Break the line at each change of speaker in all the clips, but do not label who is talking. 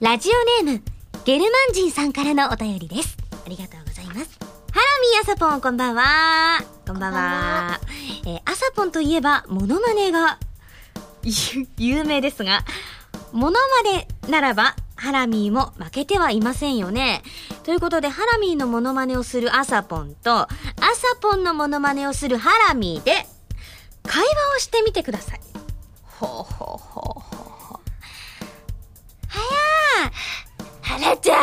ラジオネーム、ゲルマン人さんからのお便りです。ありがとうございます。ハラミーあさぽん、こんばんは。こんばんは。えー、あさぽんといえば、モノマネが、 ゆ有名ですが、モノマネならば、ハラミーも負けてはいませんよね。ということで、ハラミーのモノマネをするあさぽんと、あさぽんのモノマネをするハラミーで、会話をしてみてください。ほうほうほうほうほう。はやーはらちゃんあ、あ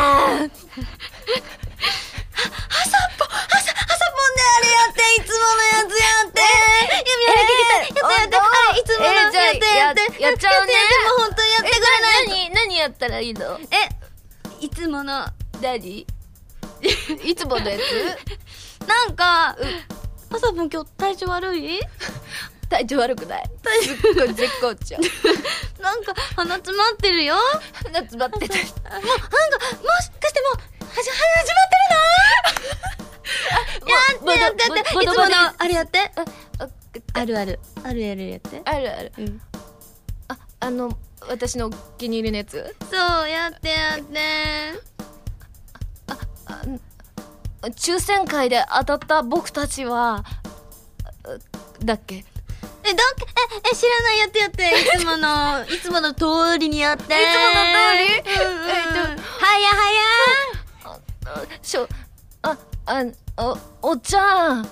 さぽ、あさ、あさぽんであれやって、いつものやつやってやめやめ聞きたいやったやったあれいつものや
えー
っ
じゃあ
てやって
ややっちゃうね
やってもう本当にやってくれない
え、な、なに、何やったらいいの
えいつものな
何いつものやつ
んかあさぽん今日体調悪い
体調悪くないすっごい絶好調。
なんか鼻詰まってるよ
鼻詰まってた。
あもうなんかもしかしてもうはじは始まってるのやってやってやって
もう
いつも
もうもう
のあれやって
あ
あるあるあるあるやって
あるある。
うん
あ、あの、私のお気に入りのやつ
そうやってやって
あん抽選会で当たった僕たちは、あだっけ
えどっけええ知らないやってやっていつも のいつもの通りにやっていつも
いつもの通り
うんうん、
えっ
は
と
やはや
ああしょ、あ、あ、お、お
と
茶。
いうわ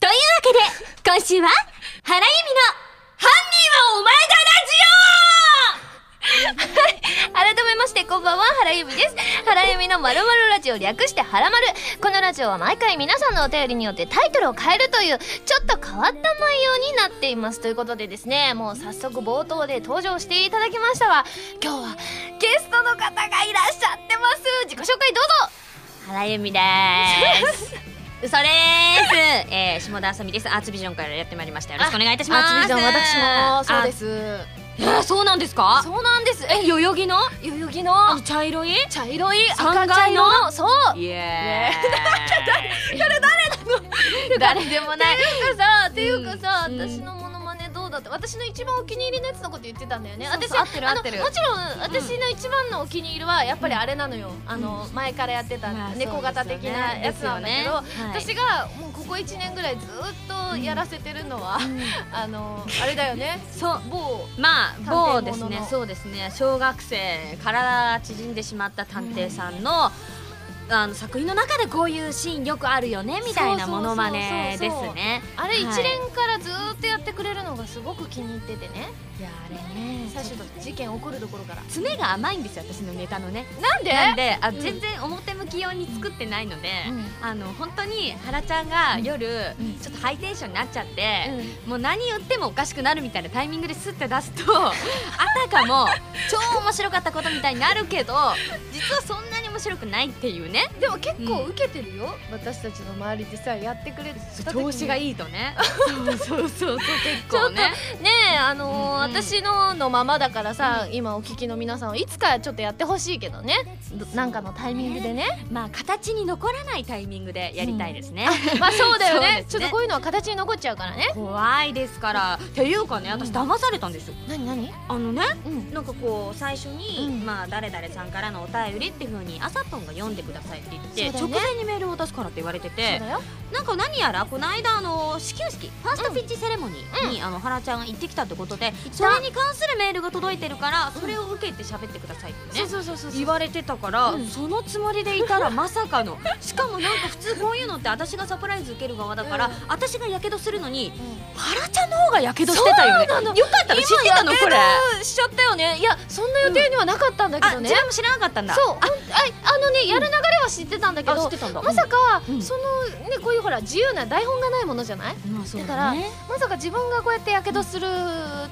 けで、今週は、原由美の、犯人はお前
改めましてこんばんは原由美です原由美のまるまるラジオ略してはらまるこのラジオは毎回皆さんのお便りによってタイトルを変えるというちょっと変わった内容になっていますということでですねもう早速冒頭で登場していただきましたが今日はゲストの方がいらっしゃってます自己紹介どうぞ
原由美 です。嘘でーす。えー、下田あさみです。アーツビジョンからやってまいりました。よろしくお願いいたします。。
アーツビジョン私もそうですす
えー、そうなんですか
そうなんですえ
え、代々木の
代々木の
あの茶色い
茶色い
三
赤茶
階の
色のそう
イ
エ
ーイ。誰、誰、誰 なの誰でも ない。
なんかさ、っていうかさ、
うん
私のモノマネどうだって私の一番お気に入りのやつのこと言ってたんだよね
そうそう
私
合ってる合ってる
あのもちろん私の一番のお気に入りはやっぱりあれなのよ、あの前からやってた
まあ
猫型的なやつなんだけど、
そうですよねです
私がもうここ1年ぐらいずっとやらせてるのは、 あのあれだよね
そう。
某
ま
探偵
あ
も
某
のの
ですねそうですね小学生から縮んでしまった探偵さんの,、あの作品の中でこういうシーンよくあるよねみたいな
そうそうそうそう
ものまねですね
あれ
はい
1年からずっとやってくれるのがすごく気に入っててね
いやあれね
最初の事件起こるところから
爪が甘いんですよ私のネタのね
なんで
なんであ、
ん
全然表向き用に作ってないので、
う
あの本当にハラちゃんが夜、
うん
ちょっとハイテンションになっちゃって、
うん
もう何言ってもおかしくなるみたいなタイミングでスッて出すと あたかも超面白かったことみたいになるけど実はそんなに面白くないっていうね
でも結構受けてるよ、私たちの周りでさやってくれた時に
調子が
い
いいとねそうそうそうそう結
ちょ
構
っと
ね
ねえあの
う
ー
んうん
私ののままだからさ、今お聞きの皆さんはいつかちょっとやってほしいけどねどなんかのタイミング でね
まあ形に残らないタイミングでやりたいですね、
まあそうだよ
そ
ね
うですね
ちょっとこういうのは形に残っちゃうからね
怖いですからっていうかね私騙されたんですよ
何何
あのね
うん
なんかこう最初に、
うん
まあ誰々さんからのお便りっていう風にあさぽんが読んでくださいって言って、
そうだ
直
よね
前にメールを出すからって言われて
そう
て
だよ
なんか何やらこの間あの始球式ファーストピッチセレモニーに、あの原ちゃんが行ってきたってことで、それに関するメールが届いてるから、それを受けて喋ってくださいって
そう
ね。
そうそうそう
言われてたから、
うん
そのつもりでい たらまさかのしかもなんか普通こういうのって私がサプライズ受ける側だから、
うん
私がやけどするのに
うん
原ちゃんの方がやけどしてたよね
そうなの
よかったら知ってたの
今
これ
やけどしちゃったよねいやそんな予定にはなかったんだけ
あ
どね、
自分も知らなかったんだ
そうああのねやる流れは知ってたんだけ
あ知
ど
ってたんだ
まさか、
うん
そのねこういうほら自由な台本がないものじゃない
まあそう
だ
だね
まさか自分がこうやってやけどする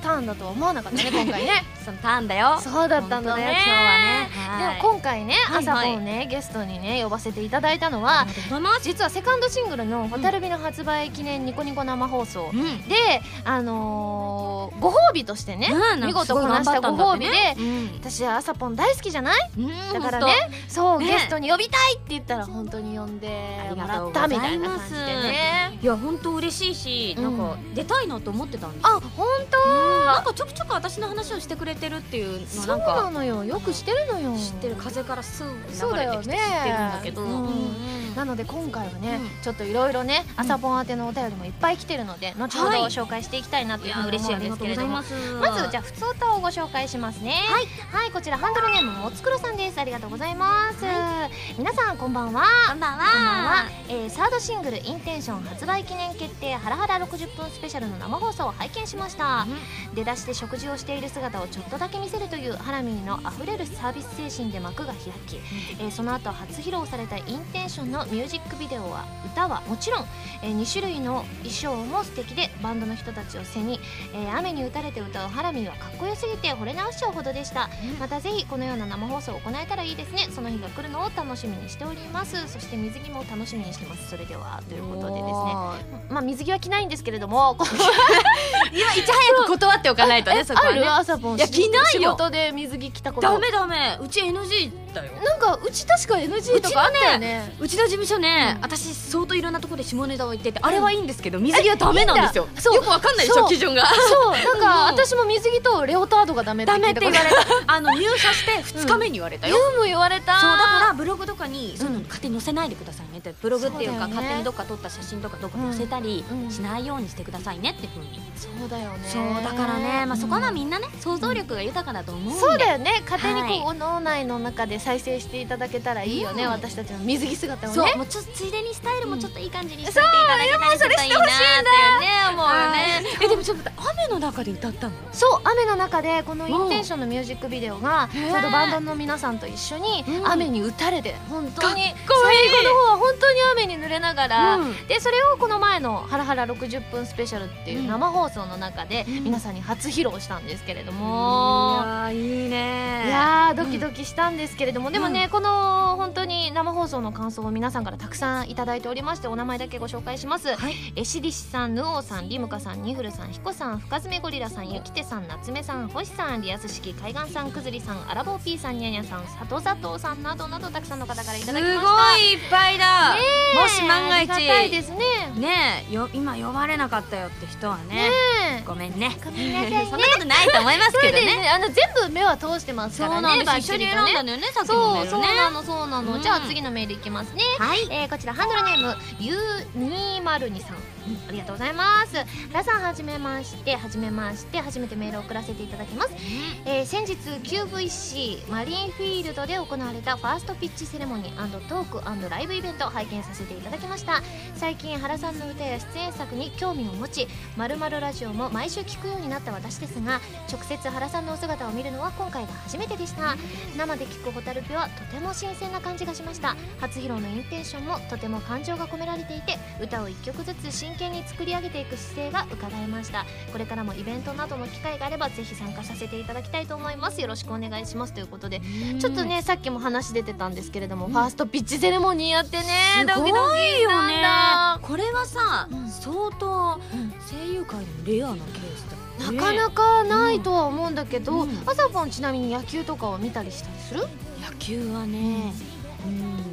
ターンだとは思わなかったね今回ね
そのターンだよ
そうだったんだね
本当今日はねはい
でも今回ね、
はい
朝
はい
もねゲストにね呼ばせていただいたのは
ありがとうございます
実はセカンドシングルの「蛍火」の発売記念ニコニコ生放送
うん
で、あのーご褒美としてね、
うん
見事こなしたご褒美で、
うん
私は朝ポン大好きじゃない
うん
だからねそう、
ね
ゲストに呼びたいって言ったら本当に呼んでもらったみたいな感じでね
いや本当嬉しいしなんか出たいなと思ってたんです、
あ本当
なんかちょくちょく私の話をしてくれてるっていうの
そ
な
うんな
か
のよよくしてるのよ
知ってる風からすぐ流れてきて知
そう
って
だ
る
よ
ん
ね
だけど、
うん
うん
なので今回はね、
うん
ちょっといろいろね朝ポン宛てのお便りもいっぱい来てるので後ほど
はい
紹介していきたいなと
い
い
や
うふうに
嬉し
思
い
うん
あり
で
がと
すけ
うご
れ
ざ
ど
い
も
ます
まずじゃあ普通歌をご紹介しますね
はい
はいこちらハンドルネームおつくろさんですありがとうございます、皆さんこんばんは
こんばん
こんばんは、えーサードシングル「インテンション」発売記念決定ハラハラ60分スペシャルの生放送を拝見しました出だしで食事をしている姿をちょっとだけ見せるというハラミーのあふれるサービス精神で幕が開き、えーその後初披露された「インテンション」のミュージックビデオは歌はもちろん、え2種類の衣装も素敵でバンドの人たちを背に、えー雨に打たれて歌うハラミーはかっこよすぎて惚れ直しちゃうほどでしたまたぜひこのような生放送を行えたらいいですねその日が来るのを楽しみにしておりますそして水着も楽しみにしてますそれではということでですねまあ水着は着ないんですけれどもこの
今いち早く断っておかないとねそこは
あ
ね
る朝ポン
いや着ないよ
仕事で水着着たこと
ダメダメうち NG だよ
なんかうち確か NG とかあったよね
うちの事務所ね、
うん
私相当いろんなところで下ネタを言ってて、あれはいいんですけど水着はダメなんですよ
いいんだそう
よくわかんないでし
そ
ょ
う
基準が
そうなんか
うん
私も水着とレオタードがダメっ て
ダ
聞
メっ
いた
て
こ
言
と
われ たあの入社して2日目に言われたよ、
言うも言われた
そうだからブログとかにそういうの勝手に載せないでくださいねってブログっていうか
そうだよね
勝手にどっか撮った写真とかどっか載せたり
うんうん
しないようにしてくださいねってふうに、
そうだよね
そうだからね、まあ、そこはまあみんなね想像力が豊かだと思うんで、
そうだよね勝手にこう、
は
脳内の中で再生していただけたらいいよね、
うん
私たちの水着姿を
そう
ね
もうちょっとついでにスタイルもちょっといい感じにしていていただけたりするといいなっていうね思うねえでもちょっと待って雨の中で歌ったの
そう雨の中でこの「インテンション」のミュージックビデオがち
へー
ょうどバンドの皆さんと一緒に
うん
雨に打たれて本当に
かっこいい
最後の方は本当に雨に濡れながら、
うん
でそれをこの前の「ハラハラ60分スペシャル」っていう生放送の中で
うん
皆さんに初披露したんですけれども。
いやいいね
いやードキドキしたんですけれども、でも
う
ねこの本当に生放送の感想を皆さんからたくさんいただいておりましてお名前だけご紹介します、
はい
えしりしさんぬおさんりむかさんにふるさんひこさん深爪ゴリラさんゆきてさんなつめさんほしさんリアス式海岸さんくずりさんあらぼうぴーさんにゃにゃさんさとざとうさんなどなどたくさんの方からい
す
た
ご
だ
い
きました
いっぱいだ、
ね
もし万が一
ありがたいですね
ねえよ今呼ばれなかったよって人はね
ね
ごめんね
ごめんなさいね
そんなことないと思います
そ
け
れ
ど
で
ね
ねあの全部目は通してますからねまあ
一緒に選ん
ね
だのよねさっきのメ
そ
ー
う
ル
そう
ね
なのそうなの、
うん
じゃあ次のメールいきますね
はい
えーこちらハンドルネームゆ202さんありがとうございます皆さんはじめましてはじめまして初めてメールを送らせていただきます、えー先日 QVC マリンフィールドで行われたファーストピッチセレモニートークライブイベントを拝見させていただきました最近原さんの歌や出演作に興味を持ち「まるまるラジオ」も毎週聞くようになった私ですが直接原さんのお姿を見るのは今回が初めてでした生で聞く「ホタルピ」はとても新鮮な感じがしました初披露のインテンションもとても感情が込められていて歌を1曲ずつ真剣に作り上げていく姿勢が伺えましたこれからもイベントなどの機会があればぜひ参加させていただきたいと思いますよろしくお願いしますということでちょっとねさっきも話出てたんですけれども、ファーストピッチセレモニーやってね
す
ド
ご
キドキ
い
した
よ
ん
ね
だ
これはさ、
うん
相当
うん
声優界でもレアなケースだよね
なかなかないとは思うんだけど、
うん
朝ポンちなみに野球とかは見たりしたりする
野球はねうん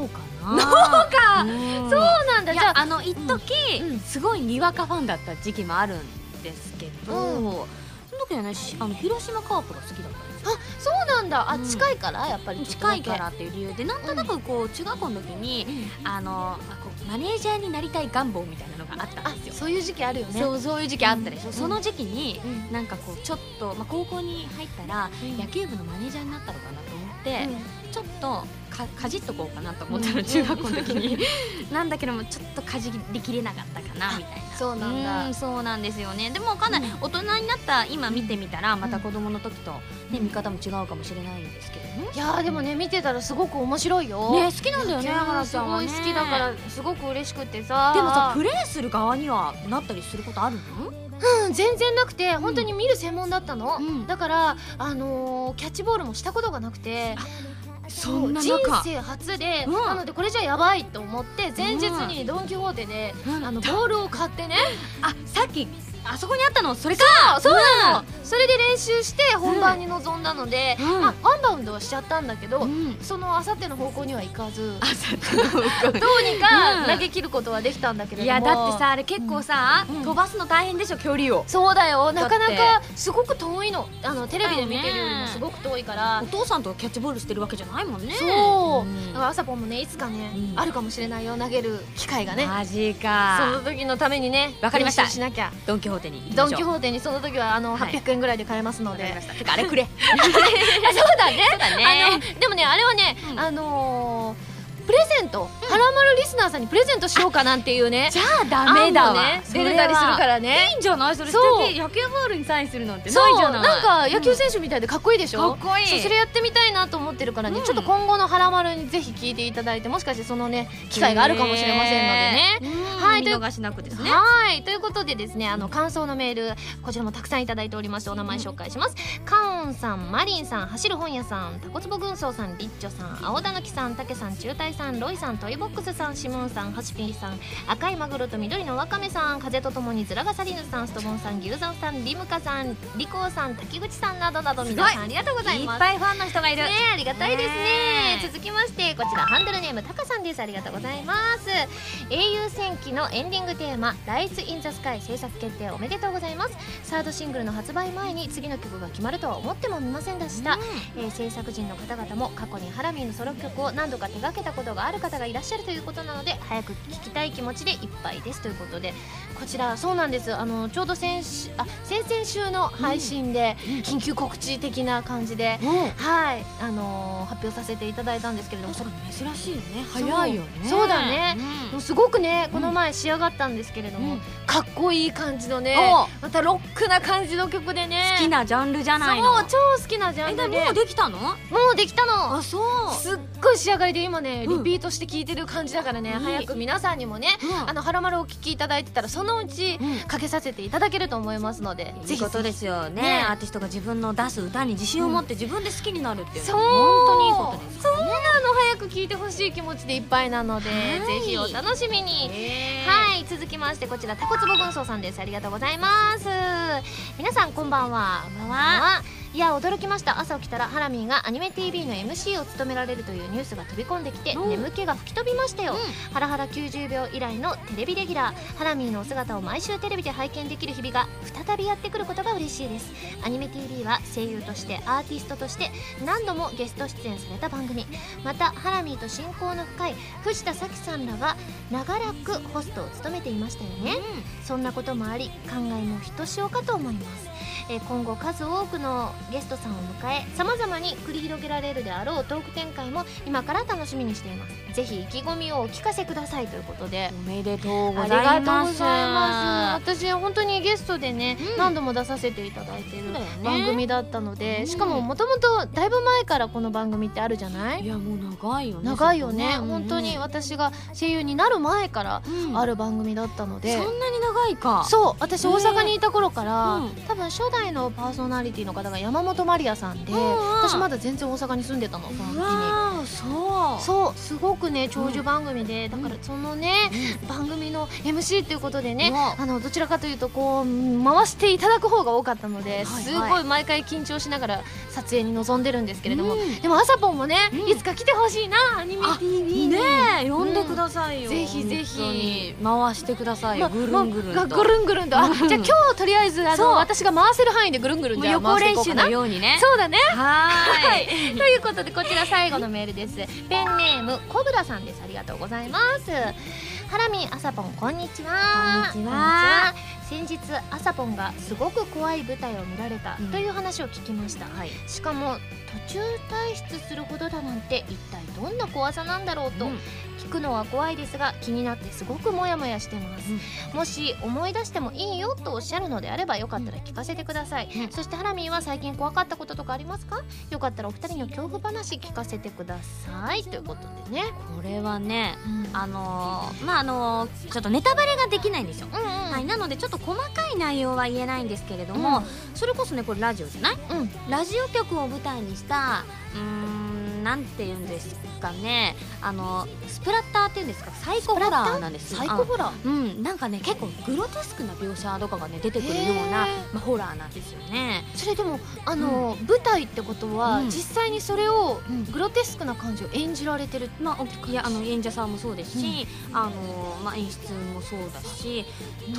脳かな
か
うん
そうなんだ
い
じゃ
や
あ
あの一時、
うんうん
すごいにわかファンだった時期もあるんですけど、
うん
その時はねしあの広島カープが好きだったんですよ
そうなんだあ
うん
近いからやっぱり
近いからっていう理由でなんとなくこう中学校の時に、あのあこうマネージャーになりたい願望みたいなのがあった
あ
んですよ
そういう時期あるよね
そうそういう時期あったでしょ、
うん
その時期に
うん
なんかこうちょっと、まあ、高校に入ったら
うん
野球部のマネージャーになったのかなと思って、
うん
ちょっとかかじっとこうかなと思った
う
の
ん
中学校の時に なんだけどもちょっとかじりきれなかったかなみたいな
そうなんだ
うん そうなんですよねでもかなり大人になった今見てみたらまた子供の時と、ね、見方も違うかもしれないんですけどね
いやーでもね見てたらすごく面白いよ
ね好きなんだよ
い
ね
やー
原
す
さん
ご
はいね
好きだからすごく嬉しくてさ
でもさプレイする側にはなったりすることあるの
うん全然なくて本当に見る専門だったの、
うん
だからあのーキャッチボールもしたことがなくて
そんな
人
中
生初で、
うん
なのでこれじゃやばいと思って前日にドン・キホーテで、
うん
あのボールを買ってね
あさっきあそこにあったのそれか
あそうなの、それで練習して本番に臨んだので、
うん
まあ、アンバウンドはしちゃったんだけど、
うん
そのあさっての方向には行かず
あさっ
どうにか
うん
投げ切ることはできたんだけれ
い
ども、
やだってさあれ結構さ、
うん
飛ばすの大変でしょ距離を
そうだ
だ
よな
って
かなかすごく遠いのあのテレビで見てるより
だよ
も
ね
すごく遠いから、
お父さんとキャッチボールしてるわけじゃないもんね
そう、
ん
だからあさぽんもねいつかね、
うん
あるかもしれないよ投げる機会がね
マジ
その
か
時のためにね
わかりました
練習しなきゃ
ドン・キホーテに行き
ド
ま
ン・
しょう
キホーテにその時はあの
はい
800円ぐらいで買えますの
わ
で、
かりましたてかあれ くれ
あそうだね
うだね
あのでもねあれはね、
うん
あのープレゼント、ハラマルリスナーさんにプレゼントしようかなんていうね
じゃあダメだわ、
案もね出れたりするからね
いいんじゃないそれ
そう
素敵野球ボールにサインするなんてない
そう
じゃ
な
ない
んか野球選手みたいでかっこいいでしょ、
かっこいい
そうそれやってみたいなと思ってるからね、
うん
ちょっと今後の「ハラマル」にぜひ聞いていただいてもしかしてそのね機会があるかもしれませんのでね。
ね、うん
はい
見逃しなくですね
はいということでですねあの感想のメールこちらもたくさんいただいておりましてお名前紹介します、カオンさんマリンさん走る本屋さんタコツボ軍曹さんリッチョさん青田抜きさんタケさん中隊さんロイさんトイボックスさんシモンさんハシピーさん赤いマグロと緑のワカメさん風とともにズラガサリヌさんストボンさん牛山さんリムカさんリコーさん滝口さんなどなど皆
す
さん
ご
ありがとうござい
いっ
ます
ぱいファンの人がいる、
ねえありがたいですね
ねえ
続きましてこちらハンドルネームタカさんですありがとうございます英雄戦記のエンディングテーマ「ライズ・イン・ザ・スカイ」制作決定おめでとうございますサードシングルの発売前に次の曲が決まるとは思ってもみませんでした、えー制作陣の方々も過去にハラミーのソロ曲を何度か手掛けたことがある方がいらっしゃるということなので早く聴きたい気持ちでいっぱいですということでこちらそうなんですあのちょうど先週あ先々週の配信で
うん
緊急告知的な感じで、
うん
はい、あのー発表させていただいたんですけれども、そ
かに珍しいよね
そうそうだね、もうすごくねこの前仕上がったんですけれども、
うん
かっこいい感じのね、
お
またロックな感じの曲でね、
好きなジャンルじゃないの
そう超好きなジャ
え
ン
で
ルで、
もうできたの
もうできたの。
そう
すっごい仕上がりで今ね
うん
リピートして聴いてる感じだからね、
いい
早く皆さんにもね、
うん
あのハラマルをお聴きいただいてたらそのうち
うん
かけさせていただけると思いますので、
い
ぜ
い
ひ
こと
ぜ
で
ひ
すよね
ね
アーティストが自分の出す歌に自信を持って自分で好きになるっていうの
そう
は本当にいいことです
そうなの早く聴いてほしい気持ちでいっぱいなので、
はい
ぜひお楽しみに、
は
はい続きましてこちらタコツボ軍曹さんですありがとうございます皆さんこんばんはこんばんはいや驚きました朝起きたらハラミーがアニメ TV の MC を務められるというニュースが飛び込んできて
うん
眠気が吹き飛びましたよ、
う
ハラハラ90秒以来のテレビレギュラーハラミーのお姿を毎週テレビで拝見できる日々が再びやってくることが嬉しいですアニメ TV は声優としてアーティストとして何度もゲスト出演された番組またハラミーと親交の深い藤田咲さんらが長らくホストを務めていましたよね、そんなこともあり感慨もひとしおかと思います、えー今後数多くのゲストさんを迎えさまざまに繰り広げられるであろうトーク展開も今から楽しみにしていますぜひ意気込みをお聞かせくださいということで
おめでとう
あ
ご
り
ざい
がとう
ま
ご
す
ざいます私本当にゲストでね、
うん
何度も出させていただいてる
そうだよね
番組だったので、
うん
しかももともとだいぶ前からこの番組ってあるじゃない
いやもう長いよね
長いよね
そこ
本当に私が声優になる前から
うん
ある番組だったので、
そんなに長いか
そう私大阪にいた頃から、
うん
多分初代のパーソナリティの方が山本まりやさんで、
うんうん
私まだ全然大阪に住んでたのその時
う
に。
わーそう
そうすごくね長寿番組で、
ん
だからそのね、番組の MC ということでね、
うわ
あのどちらかというとこう回していただく方が多かったので、
いはい
すごい毎回緊張しながら撮影に臨んでるんですけれども、
うん
でも朝ぽんもね、
うん
いつか来てほしいなアニメ
あ
TV に
ねえ呼んでくださいよ、
うんぜひぜひ
本当に回してくださいよ、
ま
ぐるんぐるん
ま
と、
ぐるんぐるんとあ
ぐるん
じゃあ今日とりあえずあ
そう
の私が回せる範囲でぐるんぐるん
も
じ
う
ゃ
予
あ
行
回してい
練習
こう
の
かな
ようにね
そうだね
は
は
ーい
い、 ということでこちら最後のメールです ペンネームコブラさんですありがとうございますハラミンあさぽんこんにちは
こんにちは
こんにちは先日あさぽんがすごく怖い舞台を見られた
うん
という話を聞きました、
はい、
しかも途中退出するほどだなんて一体どんな怖さなんだろうと
うん
聞聞くのは怖いですが気になってすごくモヤモヤしてます、もし思い出してもいいよとおっしゃるのであればよかったら聞かせてください、
ね
そしてハラミーは最近怖かったこととかありますかよかったらお二人の恐怖話聞かせてくださいということでね、
これはね
あ
あのーまああのーちょっとネタバレができないんですよ、
うんうん
はい、なのでちょっと細かい内容は言えないんですけれども、それこそねこれラジオじゃない
うん
ラジオ局を舞台にしたうーんなんて言うんですかねあのスプラッターっていうんですかサイコホラーなんですよ
最高ホラー
あのうんなんかね結構グロテスクな描写とかがね出てくるような
へ、
まあ、ホラーなんですよね
それでもあの、舞台ってことは、
うん
実際にそれを
うん
グロテスクな感じを演じられてる、
まあ、おいやあの演者さんもそうですし、あのまあ、演出もそうだし、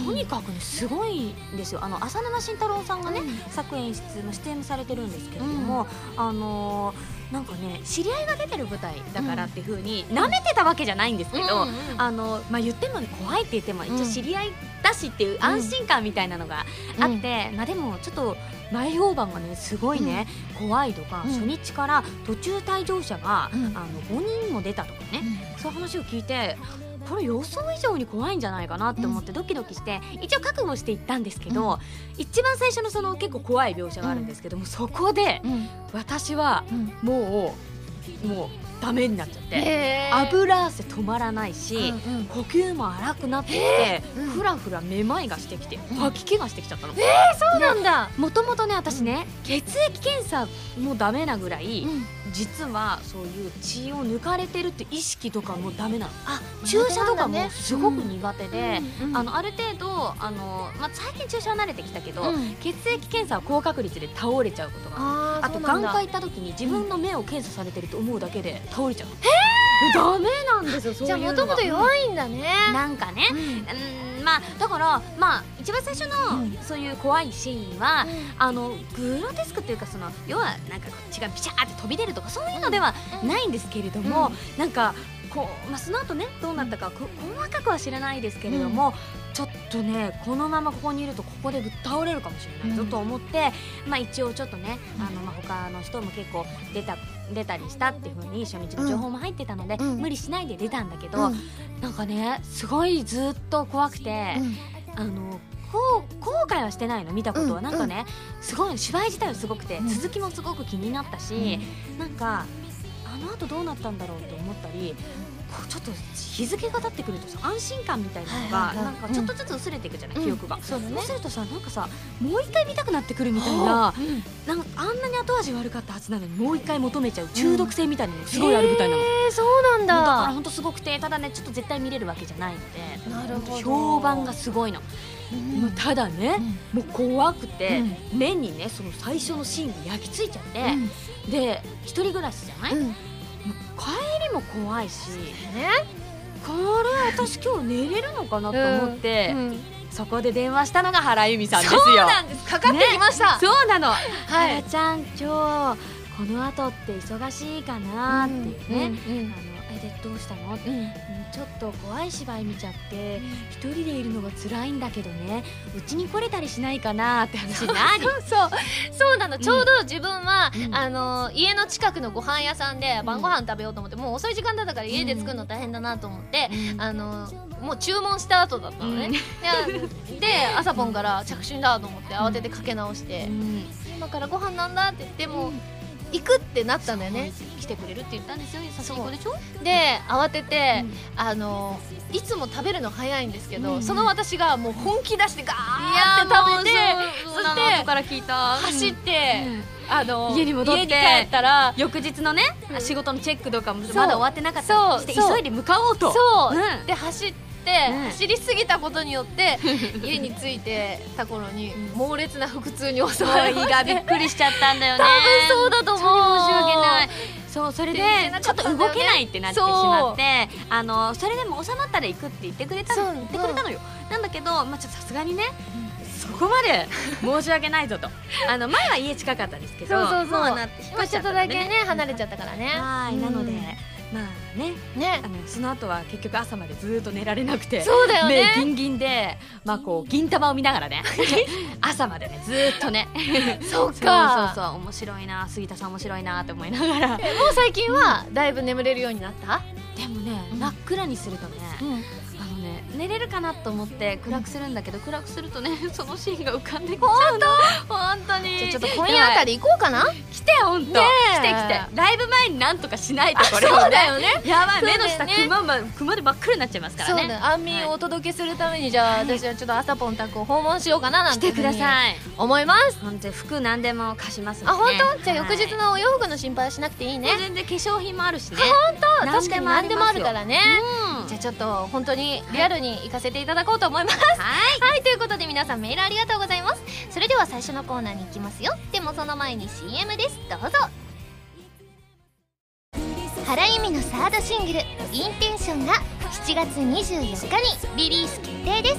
とにかく、ね、すごいんですよあの浅沼慎太郎さんがね、
うん
作演出も出演もされてるんですけれども、あのなんかね知り合いが出てる舞台だからっていうふうになめてたわけじゃないんですけ
うん
ど、
うん
あのまあ、言っても、ね、怖いって言っても一
う
応
ん
知り合いだしっていう安心感みたいなのがあって、まあ、でもちょっと前評判がねすごいね、怖いとか、
うん
初日から途中退場者が、
うん
あの5人も出たとかね、そういう話を聞いてこれ予想以上に怖いんじゃないかなって思ってドキドキして一応覚悟していったんですけど、一番最初のその結構怖い描写があるんですけども、そこで
うんうん
私は
うん
もうもうダメになっちゃって
へー
油汗止まらないし、
うんうん
呼吸も荒くなってきて、
うん
ふらふらめまいがしてきて
うん
吐き気がしてきちゃったの。
そうなんだ、
もともとね私ね、血液検査もダメなぐらい、
うん
実はそういう血を抜かれてるって意識とかもダメなの
あ
注射とか
苦手なんだ
も
ね
すごく苦手で、
うんうん
あのある程度あの、まあ、最近注射は慣れてきたけど、
うん
血液検査は高確率で倒れちゃうことがある
あー
あと
そうな
眼
んだ
科行った時に自分の目を検査されてると思うだけで倒れちゃうダメなんですよそうい
じゃ
うの
あ
が
もともと弱いんだね、
なんかね、うん、まあだからまあ一番最初の、
うん
そういう怖いシーンは、
うん
あのグロテスクっていうかその要はなんか血がビシャーって飛び出るとかそういうのでは
うん
ないんですけれども、
うん
なんかこう、まあ、その後ねどうなったかこ細かくは知らないですけれども、ちょっとねこのままここにいるとここでぶっ倒れるかもしれないぞ
うん
と思って、まあ、一応ちょっとね
うん
あの、まあ、他の人も結構出た出たりしたっていうふうに初日の情報も入ってたので、
うん
無理しないで出たんだけど、
うん
なんかねすごいずっと怖くて。あのこう後悔はしてないの見たことは、
うん
なんかねすごい芝居自体はすごくて、
うん
続きもすごく気になったし、なんかあの後どうなったんだろうって思ったりこうちょっと日付が経ってくるとさ安心感みたいなのが、
はいはいはい
なんかちょっとずつ薄れていくじゃない、
うん
記憶が。
そうだ
そう
ね
するとさなんかさもう一回見たくなってくるみたいななんかあんなに後味悪かったはずなのにもう一回求めちゃう中毒性みたいなのがすごいあるみたいなの、もう
えー、そうなん
だ
だ
から本当すごくてただねちょっと絶対見れるわけじゃないので
なるほど
ほんと評判がすごいの、
うん
もうただね、もう怖くて、目にねその最初のシーンが焼き付いちゃって、
うん
で一人暮らしじゃない、も
う
うん
ね
帰りも怖いしこれ私今日寝れるのかなと思って、
うん
そこで電話したのが原由美さんですよ
そうなんですかかってきました、
そうなの、
はい
原ちゃん今日この後って忙しいかなっていうね、あのえでどうしたのって、
うん
うんちょっと怖い芝居見ちゃって一人でいるのが辛いんだけどねうちに来れたりしないかなって話になり
そうそうそうなの
ん
ちょうど自分は、
うん
あの家の近くのご飯屋さんで
ん
晩ご飯食べようと思って、もう遅い時間だったから家で作るの大変だなと思って、
うん
あのもう注文した後だったのね、
うん
でで朝晩から着信だと思って慌ててかけ直して、今からご飯なんだって言っても、行くってなったんだよね
来てくれるって言ったんですよ優しい子でしょ
で慌て
う
て、
ん
あのいつも食べるの早いんですけど、
うん
その私がもう本気出してガーって食べてそして
から聞いた
走って、
うん
あの
家に戻って
家帰ったら
翌日のね
うん
仕事のチェックとかもま
そう
だ終わってなかったりして
そうそう
急いで向かおうと
そう、
うん
で走って、
ん
走りすぎたことによって 家に着いてた頃に猛烈な腹痛に 襲われまして
くりしちゃったんだよ
多分そうだと思う
申し訳ないそうそれで
で行けな
ちょ
か
っ
った
と
んだ
動
よね
けないってなってしまってあのそれでも収まったら行くって言ってくれた
そう
の言ってくれたのよなんだけどまあちょっとさすがにねそこまで 申し訳ないぞとあの前は家近かったですけど
そうそうそう
もあの引っ越
まあ
し
ち
ち
ょ
ゃ
っ
った
と
の
だ
で
け
ね
ね離れちゃったからね
はい、なので
うん
まあね
ね
あのその後は結局朝までずーっと寝られなくて
そうだよね
目ギンギンでまあこう銀玉を見ながら ね朝までねずーっとね
そ
そうそ
っ
う
か
そう面 白いな杉田さん面白いなって思いながらで
えもう最近はだいぶ眠れるようになった
もでもね
うん
真っ暗にするとね、
うん
あのね寝れるかなと思って暗くするんだけど暗くするとね そのシーンが浮かんできちゃうの本当に
じゃあちょっと今夜あた
り
り行こうかな
来て本当、
ねえ
来て来てライブ前になんとかしないとこれ
そう
はね
だよね
やばい、
そうだ
目
よね
の下クマまクマで真っ暗になっちゃいますから
そう
ね
だ安眠をお届けするためにじゃあ私はちょっと朝ポン宅を訪問しようかななん
しててくだ
い
さい
思います
本当に服何でも貸しますんで
あ
ね
本当じゃあ
はい
翌日のお洋服の心配はしなくていいね
ね全然化粧品もあるしね
あ
何
確か
で
に
もあ
何
りますよ
でもあるからね
うん
じゃあちょっと本当にリアルに行かせていただこうと思います
はい
はいということで皆さんメールありがとうございますそれでは最初のコーナーに行きますよでもその前に CM ですどうぞ原由美のサードシングル「インテンション」が7月24日にリリース決定です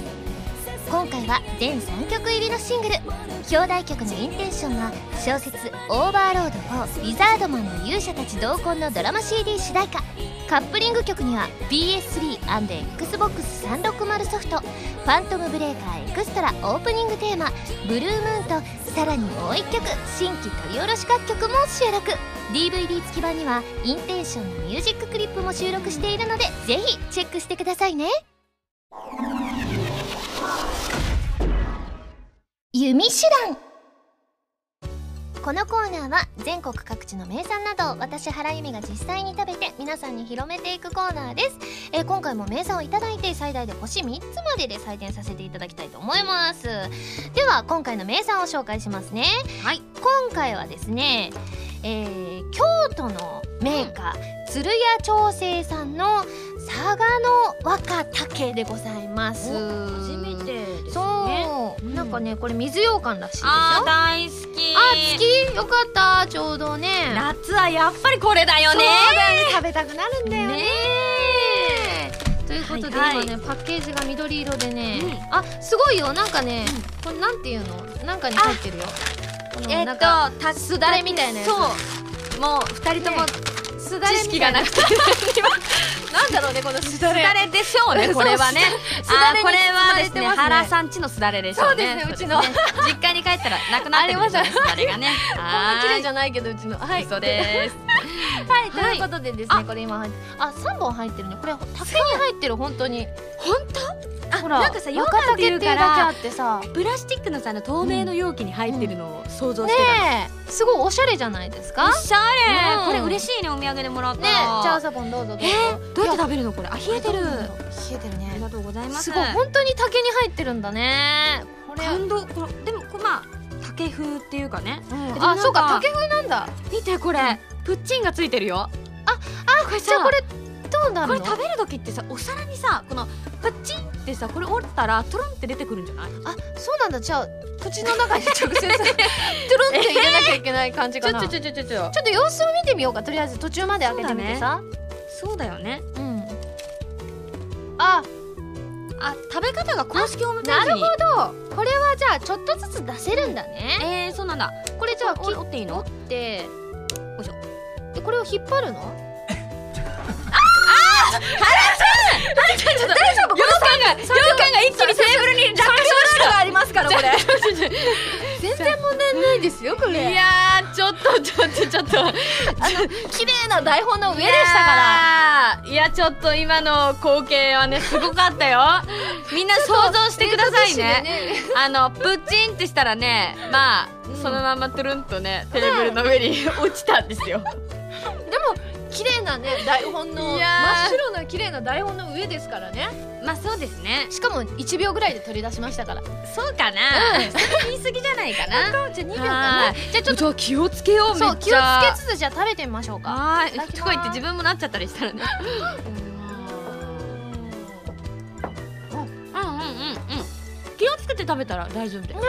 今回は全3曲入りのシングル表題曲の「インテンション」は小説「オーバーロード4ウィザードマンの勇者たち同梱」のドラマ CD 主題歌カップリング曲には PS3&Xbox360 ソフト「ファントムブレーカーエクストラ」オープニングテーマ「ブルームーン」とさらにもう1曲新規取り下ろし楽曲も収録 DVD 付き版にはインテンションのミュージッククリップも収録しているのでぜひチェックしてくださいね弓手段このコーナーは全国各地の名産などを私原由美が実際に食べて皆さんに広めていくコーナーです、えー今回も名産をいただいて最大で星3つまでで採点させていただきたいと思いますでは今回の名産を紹介しますね
はい
今回はですね、えー京都のメーカー、鶴屋調整さんの佐賀の若竹でございます
初めてですね
そう、
うん
なんかねこれ水羊羹らしいですよ
あー
あ
大好き
月よかったちょうどね
夏はやっぱりこれだよね
そうだよね食べたくなるんだよねということで、
はいはい
今ねパッケージが緑色でね、
う
あすごいよなんかね、これなんていうのなんかに入ってるよこの
えっ
な
と
んか
た
すだれみたいなやつ
そうもう二人とも
ね
す
だ
だ
れ
れ
みたいな
知識がなくて
なんだろうねこのす
すだれでしょう ねこれはね
そうすだれ
あーこれはです
すだれに包まれて
ね
ますね
原さんちのすだれでしょうね
そうですねうちの
そうですね実家に帰ったらなくなってるんですよねすだれがね
こんな綺麗じ
ゃ
ゃないけどうちのはい
嘘です
はいということでですね、
はい
これ今入ってあ三本入ってるねこれ竹に入ってる本当に
本当
ほ
ほ
ら
らなんかさ羊
若
羹って
竹
い
っ
う
てい
か
うだけあ
ら
ってさ
プラスチックのさあの透明の容器に入ってるのを想像
ね
してた
えすごいおしゃれじゃないですか
お
ね
しゃ
う
れこ
ん
れ嬉しいねお土産でもらった
え
ら
じゃあ朝ポンどうぞどうぞ
えーどうやって食べるのこれあ冷えてる
どうなんだろ
あ
う冷えてる
り
ね
がとうございます
すごい本当に竹に入ってるんだねこれ、
感動これでもこれまあ竹風っていうかねでもな
あ
んか
そうか竹風なんだあ
見てこれプッチンがついてるよ
これじゃあこれどうな
こ
る
れ
の
食べる時ってさお皿にさこのプッチンってさこれ折ったらトロンって出てくるんじゃない
あそうなんだじゃあ口の中に 直接トゥルンって入れなきゃいけない感じかな、ちょ
ちょちょちょちょ
っと様子を見てみようかとりあえず途中まで開けてみてさ
そうだよね
う,、んあ
あ食べ方が公式ホームペー
な
ジ
る
に
ほどこれはじゃあちょっとずつ出せるんだね、
えー、そうなんだ
これじゃあ切
折
っ
折っていいの
て
よいしょ
でこれを引っ張るの
大丈夫この羊羹が羊羹が一気にテーブルに落下しましたがありますからこれ
全然問題ないですよこ
いやーちょっとちょっとちょっと
綺麗な台本の上で
上
したから
いやーいやちょっと今の光景はねすごかった よみんな想像してくださいねあのプッチンってしたらねまあ、
うん
そのままトゥルンとねテーブルの上に落ちたんですよ
でも綺麗なね台本の
い
真
やー
っ白な綺麗な台本の上ですからね
まあそうですね
しかも1秒ぐらいで取り出しましたから
そうかな、
うん
それ言い過ぎじゃないかな
じゃあ2秒か
は
な
ー
じゃあちょっと
と気をつけよ
そう気をつけつつじゃあ食べてみましょうか
はー
いただきます
いとか言って自分もなっちゃったりしたらねうんうんうんうん気をつけて食べたら大丈夫だよ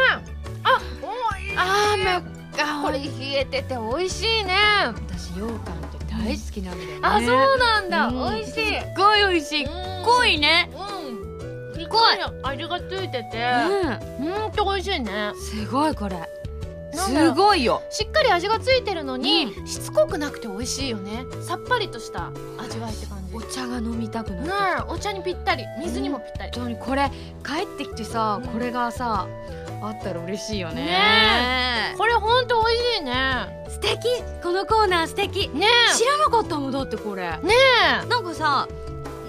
あーまあこれ冷えてて美味しいねあ
私羊羹って大好きなんだよね
そうなんだ
うん
美味しい
すっごい美味しい濃いね
うんすごい味がついてて
う
うんと美味しいね
んすごいこれ
なんだろう
すごいよ
しっかり味がついてるのにしつこくなくて美味しいよねさっぱりとした味わいって感
お茶が飲みたくな
ね
る
えお茶にぴったり水にもぴったり
本当にこれ帰ってきてさこれがさあったら嬉しいよね
ねこれほんと美味しいね
素敵このコーナー素敵
ね
知らなかったもんだってこれ
えね
なんかさ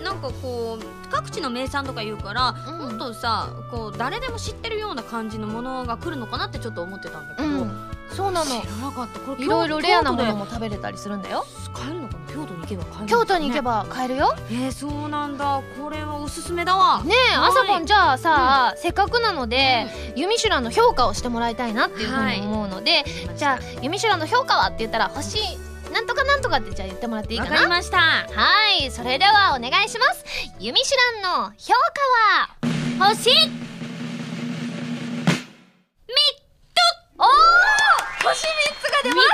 なんかこう各地の名産とか言うから
え
もっとさこう誰でも知ってるような感じのものが来るのかなってちょっと思ってたんだけど、
うんそうなの
知らなかったこれ
いろいろレアなもの
も
も食べれたりするんだよ
買えるのかな京都に行けば買えるのかな
京都に行けば買えるよ
えー、そうなんだこれはおすすめだわ
ねえ
はい
朝ぽんじゃあさ、せっかくなので、ユミシュランの評価をしてもらいたいなっていうふうに思うので、じゃあユミシュランの評価はって言ったら星なんとかなんとかってじゃあ言ってもらっていい
わ
か
かり
な
ました
はいそれではお願いしますユミシュランの評価は星みっとおー星三つが出まし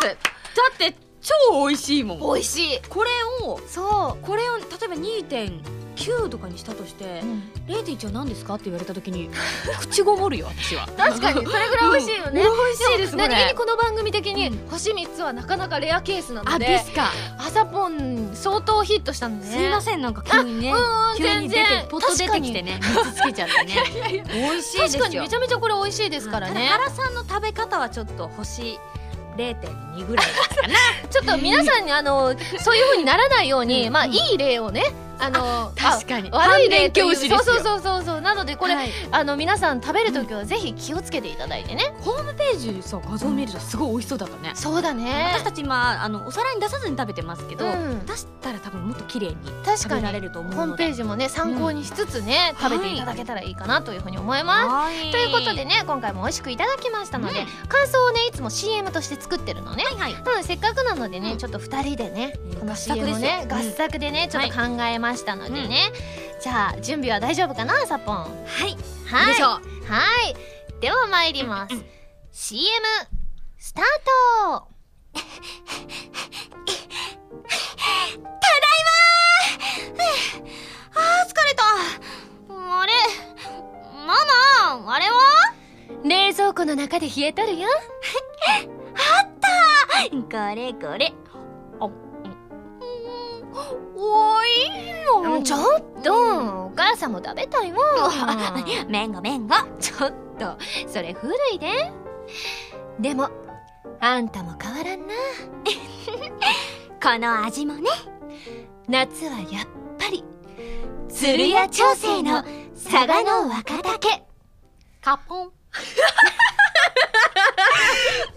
そうですだって超美味しいもん
たよ美味しい
これを
そ
これを例えば2.9とかにしたとして
う、
0.1は何ですかって言われた時に 口ごもるよ私は
確 かにそれぐらい美味しいよね、
うん美味しいです
も
これ
何気にこの番組的に星三つはなかなかレアケースなの
あ
で
ビスカ
朝ポン相当ヒットしたのね
すいませんなんか急にね
うんうん
急に出て
全然
ポッと出てきてね3つつけちゃ ってね美味しいです
確
よ
かにめちゃめちゃこれ美味しいですからね
ただ原さんの食べ方はちょっと星0.2ぐらい
ちょっと皆さんにあのそういう風にならないようにまあいい例をねあの
確かに
あ悪い例という
反面教師ですよ
そうそうそうそうなのでこれ、
はい
あの皆さん食べる時はぜひ気をつけていただいてね、
ホームページさ画像見るとすごい美味しそうだったね、
そうだね
私たち今あのお皿に出さずに食べてますけど、
うん
出したら多分もっと綺麗に
確
食
か
べられ
に
ると思
ホ
うの
ームペ
で
ージもね参考にしつつね、
ん
食べていただけたらいいかなという風に思います、
はい
ということでね今回も美味しくいただきましたので、感想をねいつも CM として作ってるのね、
はいはい
なのでせっかくなのでね、
うん
ちょっと2人でね
うん
この CM をね合
合作ですよ
作でね、ちょっと考えましたのでね、
うん
じゃあ準備は大丈夫かなサポンはい
はいよ
は
いしょ
いでは参ります、
うん
CM スタート
あー疲れたあれママあれは
冷蔵庫の中で冷えとるよ
これこれあうんおいよ
ちょっと、お母さんも食べたいわ
あめんごめんご
ちょっと、 それ古いで。でも、あんたも変わらんな。
この味もね
夏はやっぱり、
鶴屋調整の
佐賀の若竹。
カポン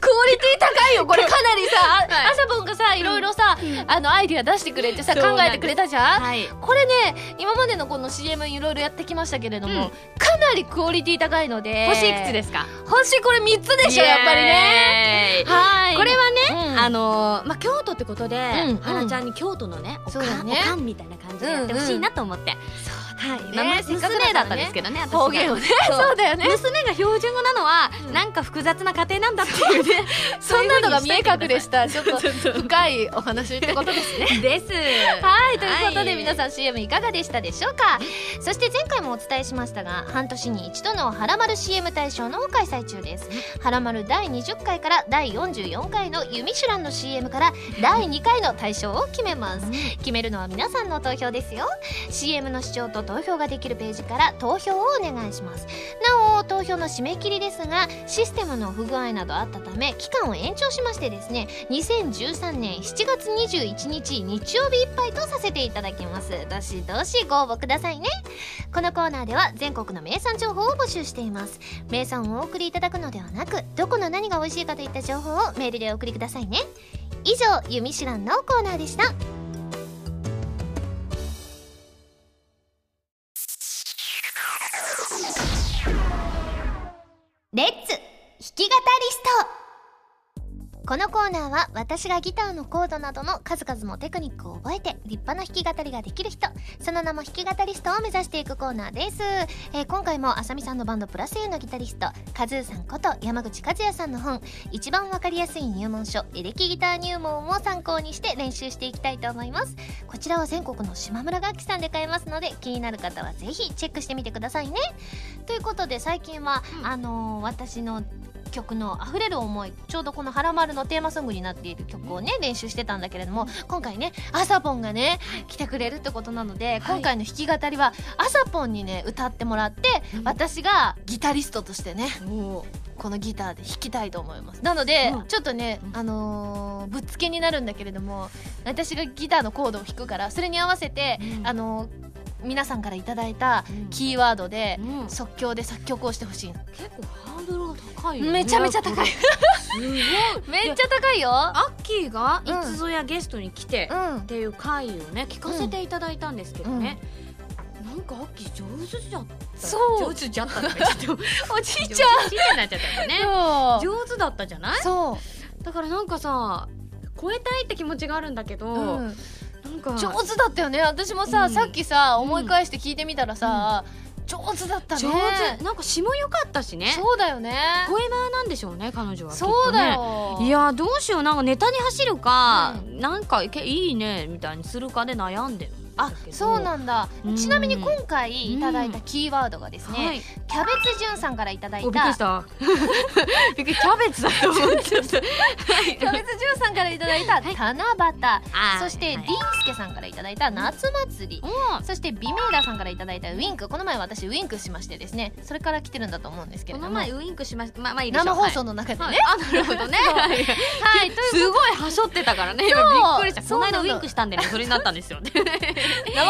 クオリティ高いよ、これかなりさ、あさぽんがさ、いろいろさ、あの、アイディア出してくれてさ、
そうなん
考
です
えてくれたじゃん
はい
これね、今までのこの CM いろいろやってきましたけれども、かなりクオリティ高いので。
星いくつですすか
星これ3つでしょ、やっぱりね。
ね
はい。
これは
ね、
あのーまあ京都ってことで、
うん
はなちゃんに京都のねお
そうだ
かん、
ね
おかんみたいな感じでやってほしいなと思って、はい、まあむ
ねせっかく
娘
だからね
だったんですけどね私が
方言をね。
そう
そうだよね。
娘が標準語なのは、
うん
なんか複雑な家庭なんだっていうね
そんなのが見え隠れ
し
した、ちょっと深いお話ってことですね。
てです
はい、ということ
は
で
い
皆さん CM いかがでしたでしょうかそして前回もお伝えしましたが、半年に一度のハラマル CM 大賞のを開催中です。ハラマル第20回から第44回のユミシュランの CM から第2回の大賞を決めます。決めるのは皆さんの投票ですよ CM の視聴と投票ができるページから投票をお願いしますなお投票の締め切りですがシステムの不具合などあったため期間を延長しましてですね2013年7月21日日曜日いっぱいとさせていただきますどしどしご応募くださいねこのコーナーでは全国の名産情報を募集しています名産をお送りいただくのではなくどこの何が美味しいかといった情報をメールでお送りくださいね以上「ユミシュラン」のコーナーでしたレッツ弾き語りストこのコーナーは私がギターのコードなどの数々のテクニックを覚えて立派な弾き語りができる人その名も弾き語りストを目指していくコーナーです、えー今回もあさみさんのバンドプラス U のギタリストカズーさんこと山口和也さんの本一番わかりやすい入門書エレキギター入門を参考にして練習していきたいと思いますこちらは全国の島村楽器さんで買えますので気になる方はぜひチェックしてみてくださいねということで最近は、あのー私の
曲の溢れる思いちょうどこの「はらまる」のテーマソングになっている曲をね練習してたんだけれども今回ねあさぽんがね来てくれるってことなので、
はい
今回の弾き語りはあさぽんにね歌ってもらって、
ん
私がギタリストとしてね
おー
このギターで弾きたいと思いますなので、
うん
ちょっとね、
うん
あのーぶっつけになるんだけれども私がギターのコードを弾くからそれに合わせて、
うん
あのー皆さんからいただいた
うん
キーワードで
うん
即興で作曲をしてほしいの、
結構ハードルが高いよね
めちゃめちゃ高い
すごい
めっちゃ高いよ
アッキーが
う
い
ん
つぞやゲストに来て
う
っ
ん
ていう回をね聞かせていただいたんですけどね、なんかアッキー上手じゃった
そう
上手じゃったとか言っちゃった
おじい
上
ちゃん
手じゃになっちゃったよね
そう
上手だったじゃない
そ
だからなんかさ超えたいって気持ちがあるんだけど、
う、うん
なんか
上手だったよね私もさ、
うん
さっきさ思い返して聞いてみたらさ、上手だったね
上手なんか詩も良かったしね
そうだよね
ポエマーなんでしょうね彼女はきっとね
そうだよ
いやどうしようなんかネタに走るか、
う
なんかけいいねみたいにするかで悩んでる
あそうなんだ、
うん
ちなみに今回いただいたキーワードがですね、
はい、
キャベツじゅんさんからいただい
おびっくり
た
した びっくりキャベツだと思っちゃった
キャベツじゅんさんからいただいた 七夕そしてりん
リ
すけさんからいただいた夏祭りそしてビメーラさんからいただいたウィンクこの前私ウィンクしましてですねそれから来てるんだと思うんですけ
こ
れど
の
も
前ウインクしましたまあまあいいでしょう
生放送の中でね、
はい、
は
はいあな
い、
るほど ね
そう
はい
という
すごいはしょってたからね今びっくりした
そ
こ
う
の
なの
間ウインクしたんでねそれになったんですよ ね
生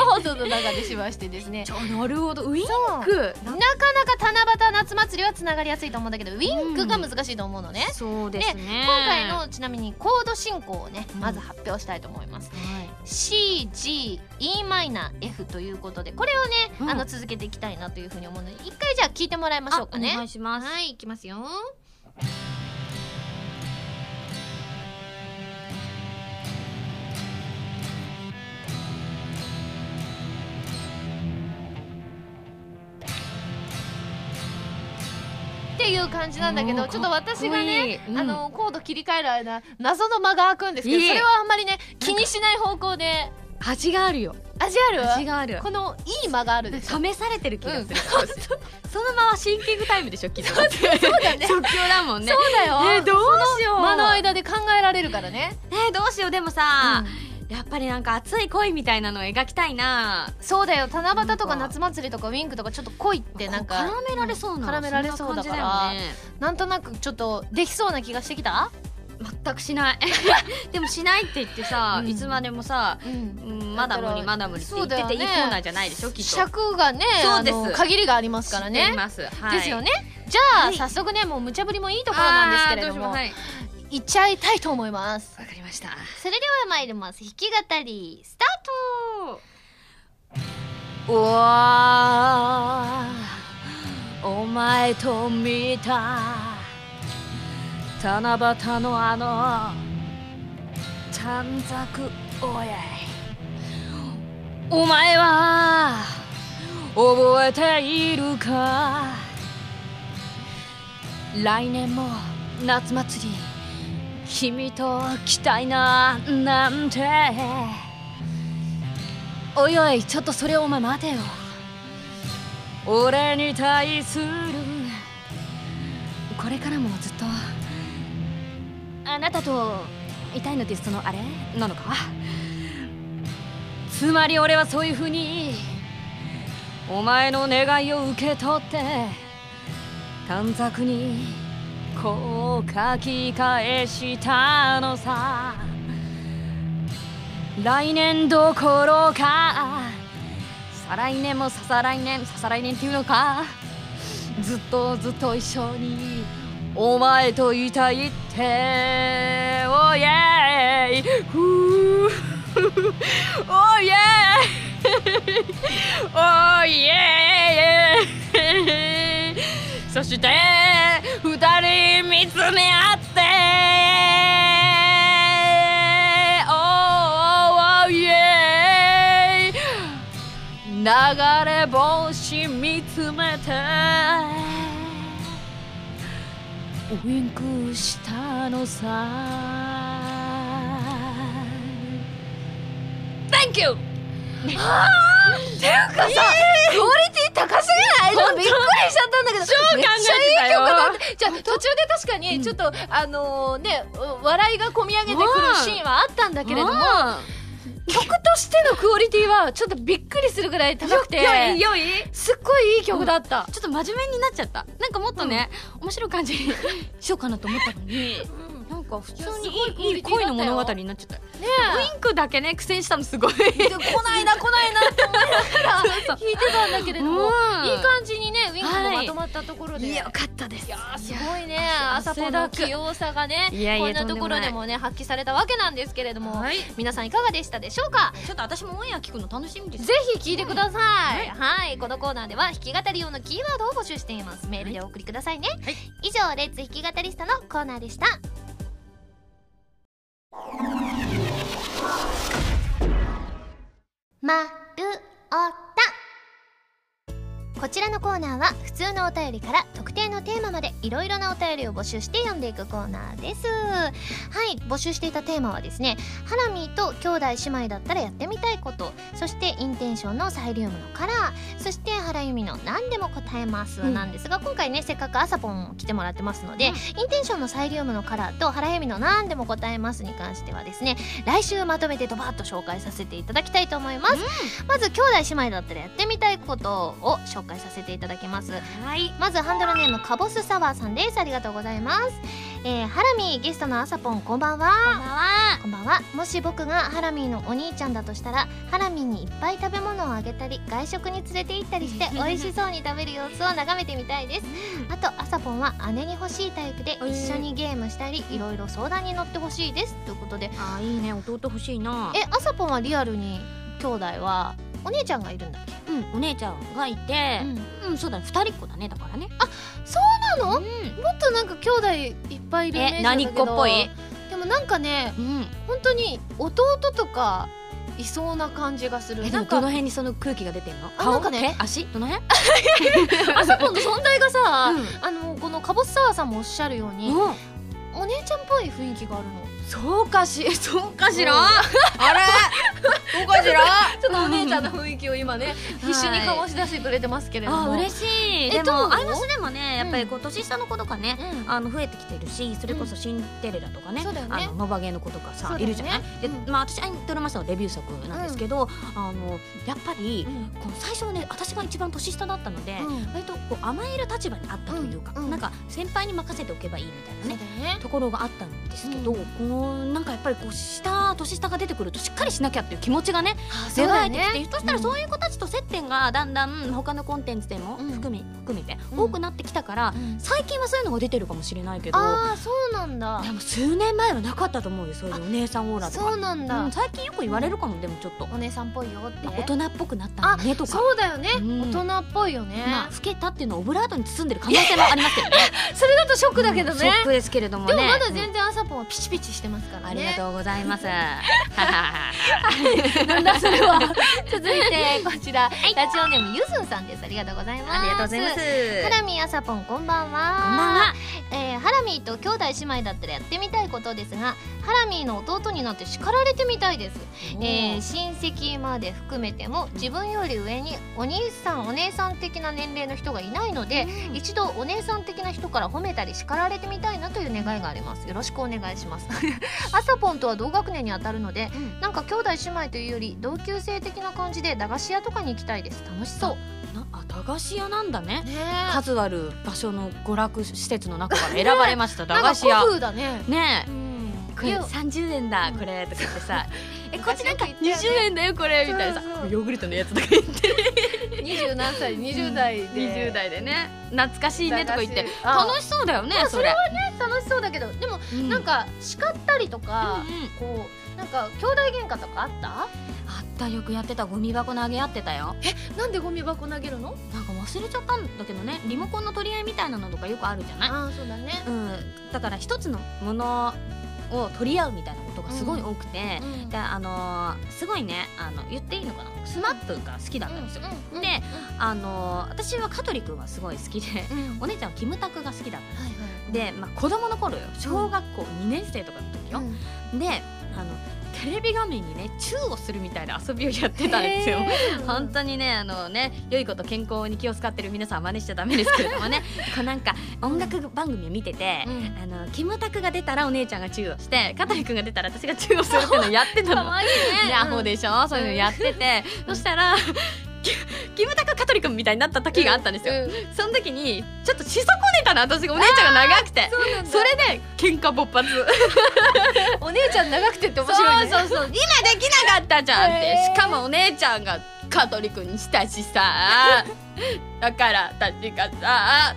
放送の中でしましてですね
じゃあなるほどウイン
そう
ク
なかなか七夕夏祭りはつながりやすいと思うんだけどウィンクが難しいと思うのね、
そうですね
今回のちなみにコード進行をね
うん
まず発表したいと思います、
はい
CGEmF ということでこれをね、
うん
あの続けていきたいなというふうに思うので一回じゃあ聞いてもらいましょうか
あお願
ね
いします
はいいきますよっていう感じなんだけ
お
ど
ー
ちょっと私がね
かっこいいうん
あのコード切り替える間謎の間が開くんですけど
いい
それはあんまりね気にしない方向で
味があるよ
味あ
味
る
がある
このいい間があ るでしょ
試されてる気がする、
うん
そのままシンキングタイムでしょきっとそうだ
ね
即興だもんね
そうだ
え
よ
どうしよう
間の間で考えられるからね
えーどうしようでもさ、やっぱりなんか熱い恋みたいなのを描きたいな
そうだよ七夕とか
なんか
夏祭りとかウィンクとかちょっと恋ってなんか
絡められそうな、
絡められそうだか
んな
ら
感じ
なんとなくちょっとできそうな気がしてきた
だよね全くし ないでもしないって言ってさ、
うん
いつまでもさ、
うん
うん、まだ無理まだ無理って言って
そうだ
て
よ
いいコ
ね
ーナーじゃないでしょきっと
尺がね
そうです
あの限りがありますから
知ってい
ね
ます、はい、
ですよねじゃあ、
はい
早速ねもう無茶ぶりもいいと
と
ころなんですけれども
はい、
いっちゃいたいと思います
わかりました
それでは参ります弾き語りスタート
うわあお前と見た七夕のあの短冊おやいお前は覚えているか来年も夏祭り君と来たいななんておいおいちょっとそれお前待てよ俺に対するこれからもずっとあなたといたいのってそのあれなのかつまり俺はそういうふうにお前の願いを受け取って短冊にこう書き返したのさ来年どころか再来年もさ再来年さ再来年っていうのかずっとずっと一緒にお前といたいっておイエイふうおイエイおイエイそして二人見つめ合っておーおーイエイ流れ星見つめてウインクしたのさ Thank you! っていうかさ、クオリティ
高すぎないびっくりしちゃったんだけど
超考えてたよ
めっちゃいい曲だってじゃあ途中で確かにちょっと、あのね笑いがこみ上げてくるシーンはあったんだけれども曲としてのクオリティはちょっとびっくりするぐらい高くて
よいよい
すっごいいい曲だった、
ちょっと真面目になっちゃったなんかもっとね、面白い感じ にしようかなと思ったのになんか普通にいいいい
いやすごい
恋
クオリティだったよ
の物語になっちゃったよ
ね
ウインクだけね苦戦したのすごい
えで来ないな来ないなって思いながら弾いてたんだけれど
う
も、
ん
いい感じにねウィンクも
は
ま
い
とまったところで、
よかったです
いやーすごいね朝ポン
汗だ
の
く
器用さがね
いやいや
こんなところでもね発揮されたわけなんですけれども、
はい
皆さんいかがでしたでしょうか
ちょっと私もオンエア聞くの楽しみです
ぜひ聞いてください、はい、このコーナーでは弾き語り用のキーワードを募集していますメールでお送りくださいね、
はい
以上レッツ弾き語りスタのコーナーでしたまるおたこちらのコーナーは普通のお便りから特定のテーマまでいろいろなお便りを募集して読んでいくコーナーですはい募集していたテーマはですねハラミーと兄弟姉妹だったらやってみたいことそしてインテンションのサイリウムのカラーそして原由美の何でも答えます
うん
なんですが、今回ねせっかく朝ポン来てもらってますので、
うん
インテンションのサイリウムのカラーと原由美の何でも答えますに関してはですね来週まとめてドバッと紹介させていただきたいと思います、まず兄弟姉妹だったらやってみたいことを紹介させていただきます
はい
まずハンドルネームかぼすサワーさんですありがとうございますえー、ハラミーゲストのあさぽんこんばんはこんばんはこんばんはもし僕がハラミーのお兄ちゃんだとしたらハラミーにいっぱい食べ物をあげたり外食に連れて行ったり して美味しそうに食べる様子を眺めてみたいですあとあさぽんは姉に欲しいタイプで
えー
一緒にゲームしたりいろいろ相談に乗ってほしいですということで
あーいいね弟欲しいな
えあさぽんはリアルに兄弟はお姉ちゃんがいるんだっけ、
うんお姉ちゃんがいて
うん
うん、そうだね二人っ子だねだからね
そうなの、
ん
もっとなんか兄弟いっぱいいるイメージ
え
なんだ
何
け
っ
ど
子っぽい
でもなんかね
うん
本当に弟とかいそうな感じがする
えで
な
も
ん
どの
か
辺にその空気が出てんの
あ
顔
なんかね
手足どの辺
あそこの存在がさ、
うん
あのこのかぼすサワーさんもおっしゃるように、
うん
お姉ちゃんっぽい雰囲気があるの
そうかし、 そうかしら。
うん
あれ、そうかしら。
ちょっとお姉ちゃんの雰囲気を今ね必死に醸し出してくれてますけれども、
あ、嬉
しい、
しい。
え
で
どう
も、アイマスでもね、やっぱりこう年下の子とかね。
うん、
あの増えてきてるしそれこそシンデレラとかね,、
そうだよね
あのノバゲーの子とか
そ
さ、
うだよね
いるじゃないで、
う
まあ、私アイドルマスターのデビュー作なんですけど、あのやっぱり
うん
こう最初はね私が一番年下だったので、
うん
割とこう甘える立場にあったというか、
うんうん
なんか先輩に任せておけばいいみたいな
そうだ
ね
よね
ところがあったんですけど、
うん
このなんかやっぱりこう下年下が出てくるとしっかりしなきゃっていう気持ちがね
あ
芽生えてきて、そしたら
う
そういう子たちと接点がだんだん他のコンテンツでも
うん
含め,、含めて
うん
多くなってきたから、
だよね、うん
最近はそういうのが出てるかもしれないけど
ああそうなんだ
でも数年前はなかったと思うよそういうお姉さんオーラとか
そうなんだ、
うん最近よく言われるかも、でもちょっと、
お姉さんっぽいよって
まあ大人っぽくなったのねとか。
そうだよね、
うん
大人っぽいよね、
まあ、老けたっていうのをオブラートに包んでる可能性もあります けどね。
それだとショックだけど
ショ
ね
ッ、クですけれどもね。
でもまだ全然朝ぽんはピチピチしてますか
うん
ら
あ
ね
りがとうござい ます。は
なんだそれは 続いてこちら、ラジオネームゆずんさんですありがとうございます
ありがとうございます。
ハラミーあさぽんこんばんは
こんばんは。
えーハラミーと兄弟姉妹だったらやってみたいことですがハラミーの弟になって叱られてみたいです、えー親戚まで含めても自分より上にお兄さんお姉さん的な年齢の人がいないので、
うん
一度お姉さん的な人から褒めたり叱られてみたいなという願いがありますよろしくお願いし ますあさぽんとは同学年にあたるので、
うん
なんか兄弟姉妹というより同級生的な感じで駄菓子屋とかに行きたいです楽しそう
なあ駄菓子屋なんだね
ね
数ある場所の娯楽施設の中から選ばれま した駄
なんか
菓子屋
古風だね
ねえこれ
ゆ
30円だこれとか言って さえこっちなんか
昔よ
20
く言ったよ
円だよこれみたいなさ
そうそう
ヨーグルトのやつとか言 って
二十何歳二十代で
20代でね懐かしいねとか言って
駄菓子あ
楽しそうだよねそれ
楽しそうだけどでも
う
なんか叱ったりとか
うんうん
こうなんか兄弟喧嘩とかあった
あったよくやってたゴミ箱投げ合ってたよ
なんでゴミ箱投げるの
なんか忘れちゃったんだけどねリモコンの取り合いみたいなのとかよくあるじゃない
ああそうだね
うんだから一つのものを取り合うみたいなことがすごい多くて、であのーすごいねあの言っていいのかなスマップが好きだったんですよ、であのー私は香取君はすごい好きで
うんうん
お姉ちゃんはキムタクが好きだっ
はいはい
たで、まあ、子供の頃よ小学校2年生とかの時よ、
うん
であのテレビ画面にねチューをするみたいな遊びをやってたんですよ
へー
本当にねあのね良いこと健康に気を使ってる皆さん真似しちゃダメですけれども ねこうなんか音楽番組を見てて、
うん
あのキムタクが出たらお姉ちゃんがチューをして香取君が出たら私がチューをするっていうのをやってた の
可愛いね
ね、アホでしょ、そういうのやってて、そしたらキキムタク香取君みたいになった時があったんですよ、
うん
その時にちょっとしそこねたの私がお姉ちゃんが長くて
そうなんだ
それで喧嘩勃発
お姉ちゃん長くてって面白いね
そうそうそう今できなかったじゃんって、
へー
しかもお姉ちゃんが香取君にしたしさだから私がさ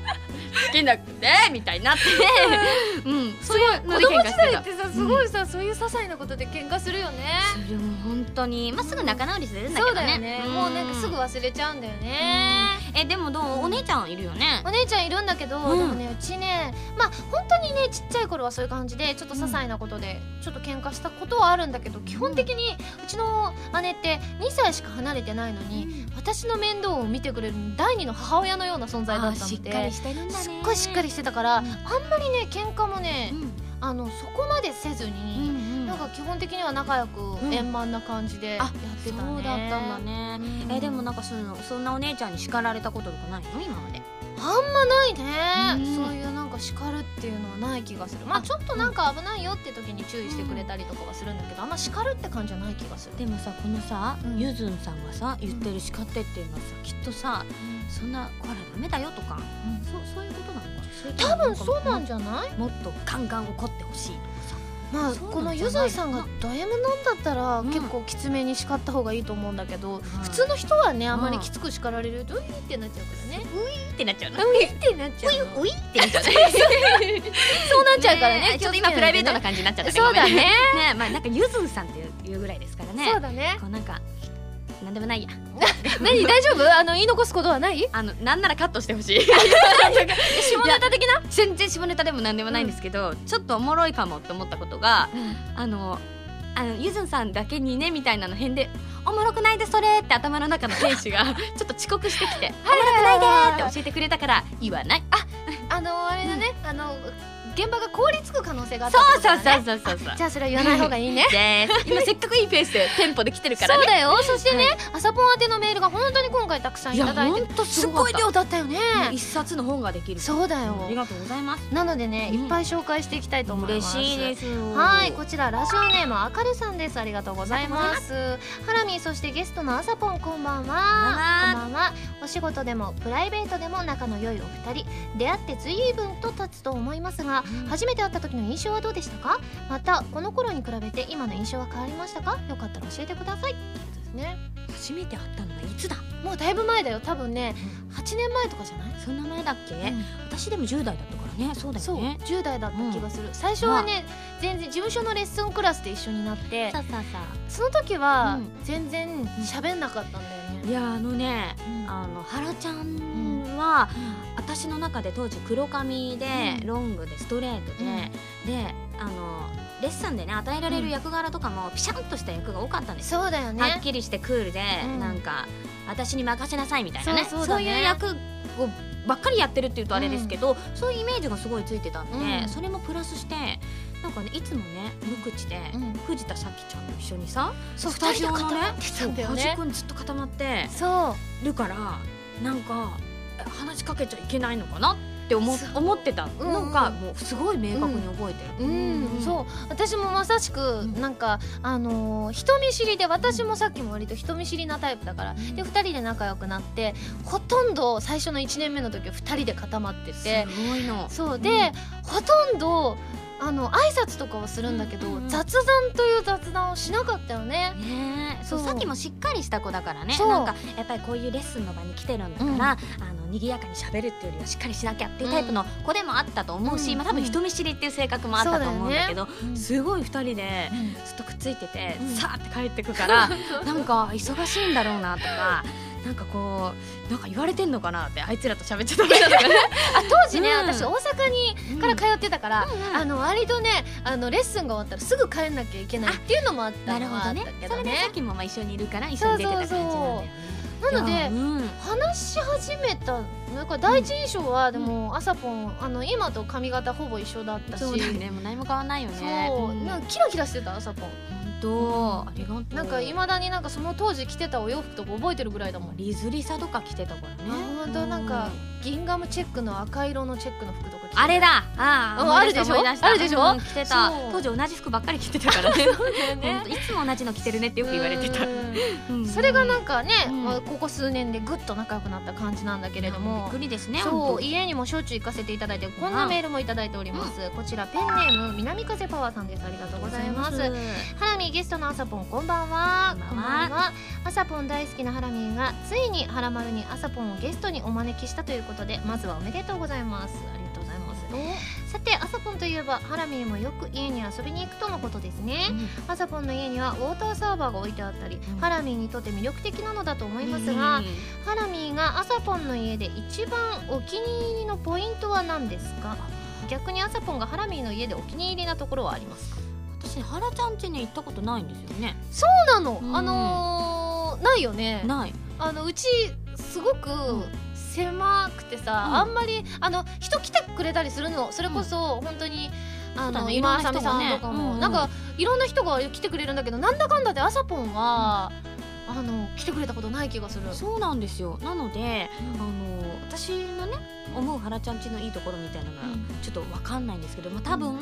好きなくてみたいになって うんすごい
子
ので
供
喧
時
嘩して
代
た
ってさすごいさ、そういう些細なことで喧嘩するよね
それも本当にまあすぐ仲直りするんだけ
そ
ど
うだよ
ね
ね、もうなんかすぐ忘れちゃうんだよね、
えでもどうお姉ちゃんいるよね
お姉ちゃんいるんだけど、
うん
でもねうちねまあ本当にねちっちゃい頃はそういう感じでちょっと些細なことでちょっと喧嘩したことはあるんだけど基本的にうちの姉って2歳しか離れてないのに、私の面倒を見てくれる第二の母親のような存在だ
あ
っ
ー
た
し
の
っかり
で
してるんだね
すっごいしっかりしてたから、あんまりね喧嘩もね、あのそこまでせず
うん
に、
うん
なんか基本的には仲良く
ん
円満な感じで
あ
やって
そう
たね、
だったんだね
うん
えでもなんかそのそんなお姉ちゃんに叱られたこととかないの今まで
あんまないね、
うん
そういうなんか叱るっていうのはない気がするまあ
あ
ちょっとなんか危ないよって時に注意してくれたりとかはするんだけどあんま叱るって感じはない気がする
でもさこのさ
うん
ゆずんさんがさ言ってる叱ってっていうのはさきっとさそんなこらダメだよとか
ん
そそういうことなのそれと
多
も
分そうなん
か
じゃない
もっとガンガン怒ってほしいとかさ
まあ
そうなんじゃない
このゆずいさんがド M なんだったら
うん
結構きつめに叱った方がいいと思うんだけど
普
普通の人はねあんまり
うん
きつく叱られるとういってなっちゃうからね
ってなっちゃうの
ういってなっちゃうの
ういって なっちゃう
そうなっちゃうから
え
ね
ちょっと今プライベートな感じになっちゃったけど
そうだね
ねまあなんかゆずんさんっていういうぐらいですからね
そうだね
こうなんかなんでもない や
何大丈夫 あの言い残すことはない
あのなんならカットしてほ しい
下ネタ的な
全然下ネタでもなんでもないんですけど、ちょっとおもろいかもって思ったことがあのあのゆずんさんだけにねみたいなの変で「おもろくないでそれ」って頭の中の選手 がちょっと遅刻してきて「おもろくないで」って教えてくれたから言わないあ
あのあれだね、あの現場が凍りつく可能性があった
そう
ってこと
そ
だ
う
ね
そうそうそうそう
じゃあそれは言わない方がいい ね
です今せっかくいいペースでテンポで来てる
そ
から
う
ね
だよそしてね、朝ポン宛てのメールが本当に今回たくさんいただいて
いやほんと
す
す
ご
ごか
い
った
量だったよね
もう一冊の本ができる
そうだよ
ありがとうございます
なのでね、
うん
いっぱい紹介していきたいと思います
す
はいこちらラジオネームあかるさんですありがとうございますハラミそしてゲストのあさぽんこんばんはこん
ばんは
ばんはお仕事でもプライベートでも仲の良いお二人出会って随分と経つと思いますが
うん
初めて会った時の印象はどうでしたかまたこの頃に比べて今の印象は変わりましたかよかったら教えてくださいですね
初めて会ったのはいつだ
もうだいぶ前だよ多分ね8年前とかじゃない
そんな前だっけ、私でも10代だったからねそうだ
そう
よね
10代だった気がする、最初はね全然事務所のレッスンクラスで一緒になって
さあさあさ
その時は
うん
全然喋んなかったんだよ
あい
ね、
やあのね
うん
あのハラちゃんは、私の中で当時黒髪で、
うん
ロングでストレートで、であのレッスンでね与えられる役柄とかもピシャンとした役が多かったんですよ、
そうだよ
はっ
ね
きりしてクールで、
うん
なんか私に任せなさいみたいなね
そ
そうう
そうだね
いう役をばっかりやってるっていうとあれですけど、そういうイメージがすごいついてたんで、
うん
それもプラスしてなんかねいつもね無口で、
うん
藤田咲ちゃんと一緒にさ
そう
スタジオの
二人で
ね
固まってたんだよね
そう端っこにずっと固まって
そう
るからなんかえ話しかけちゃいけないのかなって思
そう
思ってたのが、もうすごい明確に覚えて
う
る。
ん、そう私もまさしく
ん
なんか、あのー人見知りで私もさっきも割と人見知りなタイプだから、で2人で仲良くなってほとんど最初の1年目の時は2人で固まってて
すごいの。
そう
うん
で、ほとんどあの挨拶とかをするんだけど、
うんうんうん
雑談という雑談をしなかったよね。
ねえそう
そう
さっきもしっかりした子だからね
そう
なんかやっぱりこういうレッスンの場に来てるんだから、
うん
あの賑やかに喋るっていうよりはしっかりしなきゃっていうタイプの子でもあったと思うし、
うん
まあ、多分人見知りっていう性格もあったと思うんだけど
うん
すごい二人で
うん
ずっとくっついてて、
うん
さーって帰ってくから なんか忙しいんだろうなとか。なんかこうなんか言われてんのかなってあいつらと喋っちゃダメだとかね
あ当時ね、
うん
私大阪にから通ってたから、
うんうん
あの割とねあのレッスンが終わったらすぐ帰んなきゃいけないっていうのもあったのはあったけ
そ
ど
れで
ね
さっきもまあ一緒にいるから一緒に出てた感じなんだよね
なの
いや
で
うん
話し始めたなんか第一印象はでもあさぽんあの今と髪型ほぼ一緒だったし
そうだねもう何も変わんないよね
そう
うん
なんかキラキラしてたあさぽん
本当ありがとう
なんかいまだになんかその当時着てたお洋服とか覚えてるぐらいだもん
リズリサとか着てたからね
あ本当なんか銀ガムチェックの赤色のチェックの服とか着てた
あれだあ
うん
あ
あるでしょあるでしょ
着てた
そう
当時同じ服ばっかり着てたからね
ね
ほんといつも同じの着てるねってよく言われてた
うん
うん
それがなんかね、
うん
まあここ数年でぐっと仲良くなった感じなんだけれど
びっ
も
くりですね
そ
本
う
当
家にもしょっちゅう行かせていただいてこんなメールもいただいております、こちらペンネーム南風パワーさんですありがとうございます
ありがとうござい
ハラミゲストのあさぽんこんばんは
こんばん
はあさぽん大好きなハラミーがついにハラマルにあさぽんをゲストにお招きしたということでまずはおめでとうございますありがとうございますさてあさぽんといえばハラミーもよく家に遊びに行くとのことですね、アサポンの家にはウォーターサーバーが置いてあったり、
うん
ハラミーにとって魅力的なのだと思い
うん
ますが、
うん
ハラミーがアサポンの家で一番お気に入りのポイントは何ですか逆にアサポンがハラミーの家でお気に入りなところはありますか
私ねハラちゃん家に行ったことないんですよね
そうなの、
うん
あのーないよね
ない
あのうちすごく
ん
狭くてさ、
うん
あんまりあの人来てくれたりするのそれこそ本当に、あ
そうだ
の
ね
今
い
あ
ろ
さ
んな人が
みさ
ね
んとかも、
うん
なんかいろんな人が来てくれるんだけどなんだかんだであさぽんは、あの来てくれたことない気がする。
そうなんですよなので、あの私のね思うハラちゃんちのいいところみたいなのが
うん
ちょっとわかんないんですけど、まあ、多分、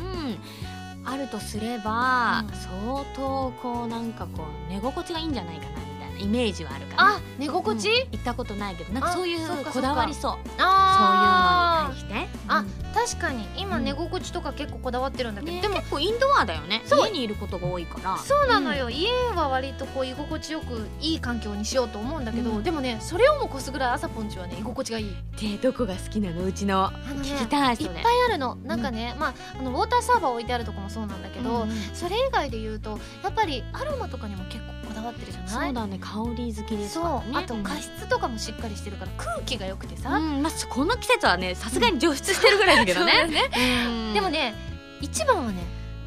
あるとすれば、
うん
相当こうなんかこう寝心地がいいんじゃないかなみたいなイメージはあるから
あ寝心地、
うん行ったことないけどなんかそうい
あそっか
う
そっか
こだわりそう
あー
そういうのに対して
あ
うん
確かに今
うん
寝心地とか結構こだわってるんだけど、
ね
でも
結構インドアだよね
そう
家にいることが多いから
そうなのよ、家は割とこう居心地よくいい環境にしようと思うんだけど、
うん
でもねそれをも越すぐらいあさぽんちはね居心地がいい。
でどこが好きなのうちの
あのね
聞きたい
いっ
そ
ぱい
れ
あるのなんかね、まああのウォーターサーバー置いてあるとこもそうなんだけど、
うんうん
それ以外で言うとやっぱりアロマとかにも結構こだわってるじゃ
そ
な
う
い
だね香り好きです
そう
からね
あと加湿とかもしっかりしてるから空気が良くて
う
さ、
ん、まあ、そこの季節はねさすがに除湿してるぐらいだけどね
そうだ
うん
でもね一番はね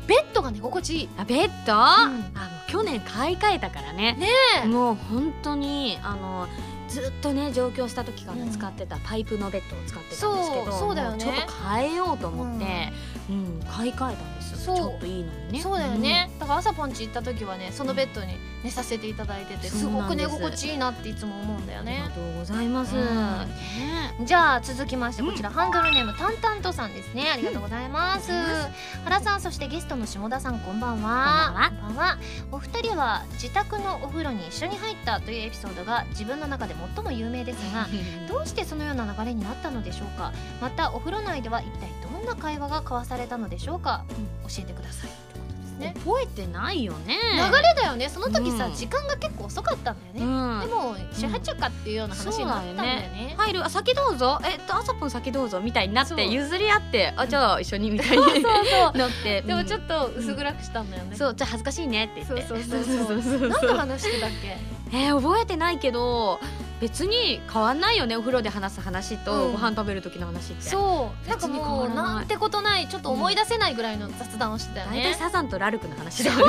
ベッドが寝心地いい
あベッド、あもう去年買い替えたからね
ねえ
もう本当にあのずっとね上京した時から使ってたパイプのベッドを使ってたんですけど、
そうそうだよね
もちょっと変えようと思って、うん買い替えたんですよ
そう
ちょっといいのにね
そうだよね、だから朝ポンチ行った時はねそのベッドに寝させていただいててす
そう
ご
な
く
んで
寝
す
心地いいなっていつも思うんだよ
うん、あり
ね
がとうございます、
うん
ね
じゃあ続きましてこちら、ハンドルネームたんたんとさんですねありがとうございます、原さんそしてゲストの下田さんこんばんはこんばんはお二人は自宅のお風呂に一緒に入ったというエピソードが自分の中で最も有名ですがどうしてそのような流れになったのでしょうかまたお風呂内では一体どんな会話が交わされたのでしょうか、教えてくださいってことですね
覚えてないよね
流れだよねその時さ、
うん
時間が結構遅かったんだよね、
うん
でも一緒に入っちゃうかっていうような話になったんだよね,、
入るあ先どうぞえっと朝ぽん先どうぞみたいになっ
そう
て譲り合ってあじゃあ一緒にみたいに
そうそう
なって
でもちょ
と、
っと薄暗くしたんだよね、
うんそうじゃあ恥ずかしいねって言って
そうそうそうそう
そう そう
何の話してたっ け
えー、覚えてないけど別に変わんないよねお風呂で話す話と、
うん
ご飯食べる時の話って
そうなんか
別に変
も
わ
う
らない
なんてことないちょっと思い出せないぐらいの雑談をしてたよ
大体
ね、
サザンとラルクの話だよね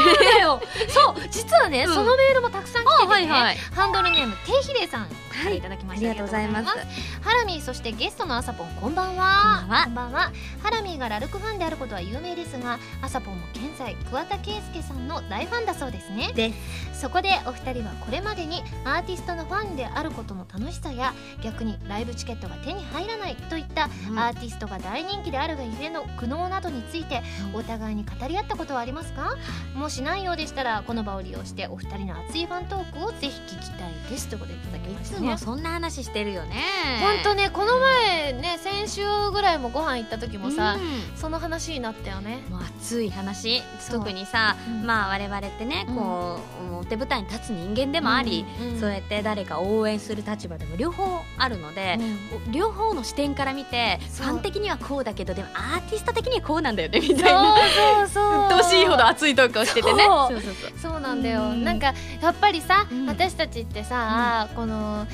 そう実はね、
うん
そのメールもたくさん来てて、ね
い
ハンドルネームていひれさんからいただきました、
ありがとうございます
ありがとうございますハラミーそしてゲストのあさぽんこんばん
こ
は
んばんは
ハラミーがラルクファンであることは有名ですがあさぽんも現在桑田佳祐さんの大ファンだそうですね
で
そこでお二人はこれまでにアーティストのファンであることの楽しさや逆にライブチケットが手に入らないといったアーティストが大人気であるがゆえの苦悩などについてお互いに語り合ったことはありますかもしないようでしたらこの場を利用してお二人の熱いファントークをぜひ聞きたいですということでいただきま
い
した
つ
ね
も。そんな話してるよね
本当ねこの前ね先週ぐらいもご飯行った時もさ、
う
その話になったよね。
んもう熱い話
そう
特にさ、
うん
まあ我々ってねこう、もう手舞台に立つ人間でもあり、
うん、
そうやって誰か応援する立場でも両方あるので
う、ん
両方の視点から見てフ
そう
ァン的にはこうだけどでもアーティスト的にはこうなんだよねみたい
そ
な
うそうそう。
鬱陶しいほど熱いトークをしててね
そう
そうそうそう
そうなんだよ、
うん
なんかやっぱりさ、
うん
私たちってさ、この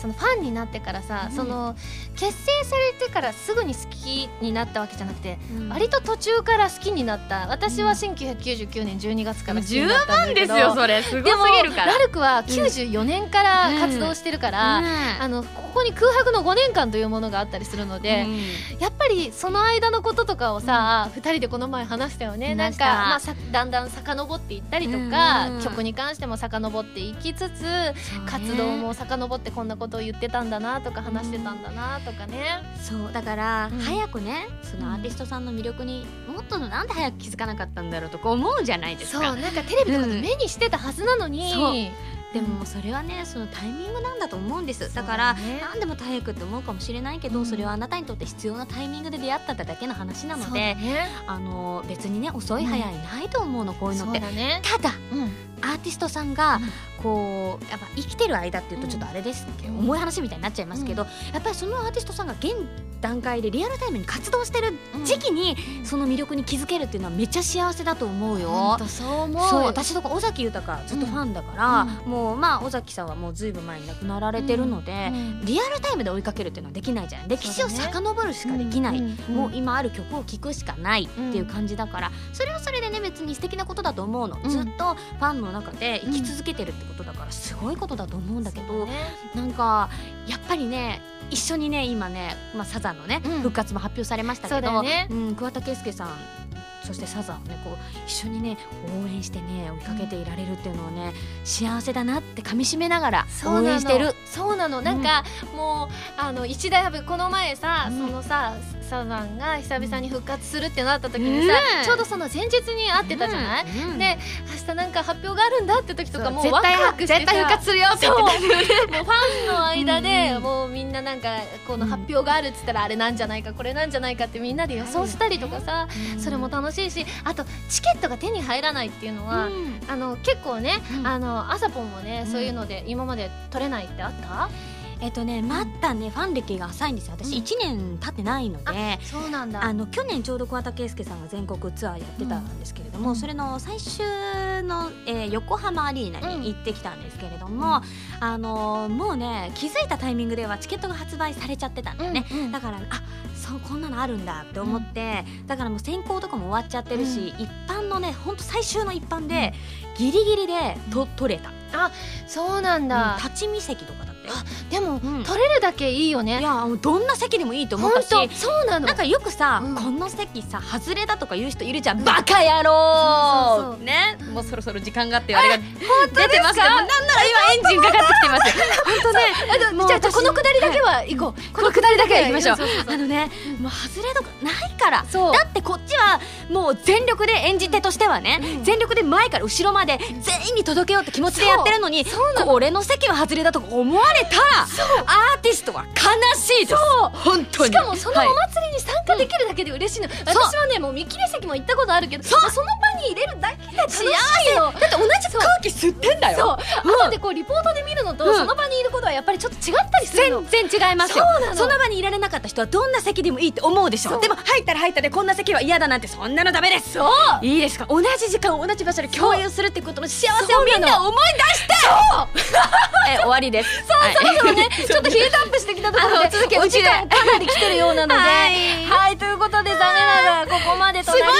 そのファンになってからさ、
うん
その結成されてからすぐに好きになったわけじゃなくて、
うん
割と途中から好きになった私は1999年12月から好きになったんだけど
それす
でもラルクは94年から活動してるから、あのここに空白の5年間というものがあったりするので、やっぱりその間のこととかをさ、二人でこの前話したよねなん
話した
か、まあ、さだんだん遡っていったりとか、
うんうん
曲に関しても遡っていきつつ、活動も遡ってこんなことを言ってたんだなとか話してたんだなとかね、
そうだから、
うん
早くねそのアーティストさんの魅力にもっとなんで早く気づかなかったんだろうとか思うじゃないです
そう
か
なんかテレビとかで目にしてたはずなのに、
そうでももうそれはねそのタイミングなんだと思うんですだから何でも早くって思うかもしれないけど、
うん
それはあなたにとって必要なタイミングで出会っただけの話な
な
の
の
で
で、
あの別にね遅い
うん
早いないと思うのこういうの
そ
っ
う
て。
だね、
ただ
うん
アーティストさんが
うん
こうやっぱ生きてる間っていうとちょっとあれですけど、
うん
重い話みたいになっちゃいますけど、やっぱりそのアーティストさんが現段階でリアルタイムに活動してる時期に
うん
その魅力に気づけるっていうのはめっちゃ幸せだと思う
ほ
よ
ん。とそう思う
そう私とか尾崎豊ずっとファンだから、もうまあ尾崎さんはもうずいぶん前に亡くなられてるので、
うん
リアルタイムで追いかけるっていうのはできないじゃない歴史を
そうだね
遡るしかできない、
ん
もう今ある曲を聴くしかないっていう感じだから、それはそれでね別に素敵なことだと思うの、
うん
ずっとファンの中で生き続けてるってことだからすごいことだと思うんだけ
そ
ど、
うね
なんかやっぱりね一緒にね今ね、まあ、サザンのね、
うん
復活も発表されました
そう
け
だよ
ど、
ね
うん、桑田佳祐さんそしてサザンをねこう一緒にね応援してね追いかけていられるっていうのをね幸せだなってかみしめながら
そうな
応
の
援してる。
そうなのなんか、もうあの一大ハブこの前さ、
うん
そのさサザンが久々に復活するってなった時にさ、
うん
ちょうどその前日に会ってたじゃない、
うんうん
で明日なんか発表があるんだって時とかもう
そう
ワクワクしてさ
絶対復活するよって言ってた
もうファンの間で、
うんうん
もうみんななんかこの発表があるっつったらあれなんじゃないかこれなんじゃないかってみんなで予想したりとかさ、それも楽しいしあとチケットが手に入らないっていうのは、
うん
あの結構ね、
うん
あの朝ポンもね、
うん
そういうので今まで取れないってあった
えっとねまだねファン歴が浅いんですよ私1年経ってないので。
そうなんだ
あの去年ちょうど桑田佳祐さんが全国ツアーやってたんですけれども、
うん
それの最終の、えー横浜アリーナに行ってきたんですけれども、あのーもうね気づいたタイミングではチケットが発売されちゃってたんだよね、
うんうん
だからあそうこんなのあるんだって思って、だからもう選考とかも終わっちゃってるし、
うん
一般のねほんと最終の一般で、ギリギリでと取れた、
そうなんだ、
立ち見席とかだったよ。
でも、
うん
取れるだけいいよ
い
ね
やもうどんな席でもいいと思
本
ったし
当そうなの
なんかよくさ、
うん
この席さ外れだとか言う人いるじゃん、バカ野郎
そうそうそう
ねもうそろそろ時間があってあれが出てますけどなんなら今エンジンかかってきてます本 当ねもう
じゃあじゃあ
私
このくだりだけは行こう、
この下りだけは行きましょう
そうそうそう
あのねもう外れとかないから
そう
だってこっちはもう全力で演じ手としてはね、
うん
全力で前から後ろまで全員に届けようって気持ちでやってるのにこれの席は外れだとか思われたらアーティストは悲しいです本当に
しかもその
はい
お祭りに参加できるだけで嬉しいの、私はねもう見切れ席も行ったことあるけどそその場に入れるだけで幸せよだって同じ空
空気吸ってんだ
そう
よ、
後でこうリポートで見るのと、
うん
その場にいることはやっぱりちょっと違ったりするの
全然違いますよ
そうなの
その場にいられなかった人はどんな席でもいいって思うでし
そ
ょ
う
でも入ったら入ったでこんな席は嫌だなんてそんなのダメです
そう
いいですか同じ時間を同じ場所で共有するってことの幸せを
そうな
み
の
んな思い出してそう え終わりですそうそうそう ね
ちょっとヒートアップしてきたところ
あの
で
続けて
お時間かなり来てるようなので
は
はいい、ということで残念ながらここまでとなります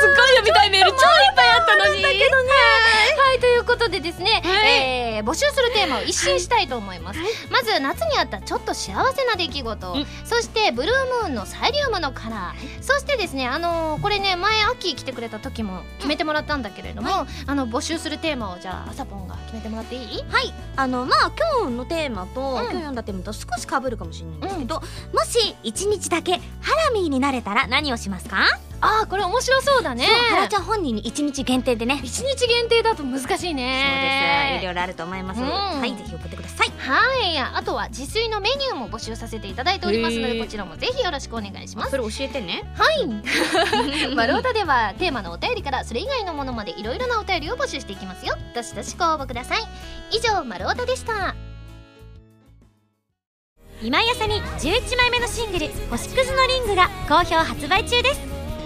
すごいよみたいメール超いっぱいあったのに
はいということでですね、
はい
えー募集するテーマを一新したいと思います、まず夏にあったちょっと幸せな出来事、
うん
そしてブルームーンのサイリウムのカラー、そしてですねあのーこれね前秋来てくれた時も決めてもらったんだけれども、あの募集するテーマをじゃああさぽんが決めてもらっていい
はいあのまあ今日のテーマと、
ん
今日読んだテーマと少し被るかもしれないんですけど、もし一日だけハラミーになれたら何をしますか
あーこれ面白そうだね
そうハラちゃん本人に一日限定でね
一日限定だと難し
そ
い
うです。い
ね
ろいろあると思います。
うん
はい、ぜひ送ってください。
はいあとは自炊のメニューも募集させていただいておりますの
へ
で
ー
こちらもぜひよろしくお願いします
それ教えてね。
はい。丸太ではテーマのお便りからそれ以外のものまでいろいろなお便りを募集していきますよ。どしどしご応募ください。以上丸太でした。
今やさに11枚目のシングル「星屑のリング」が好評発売中です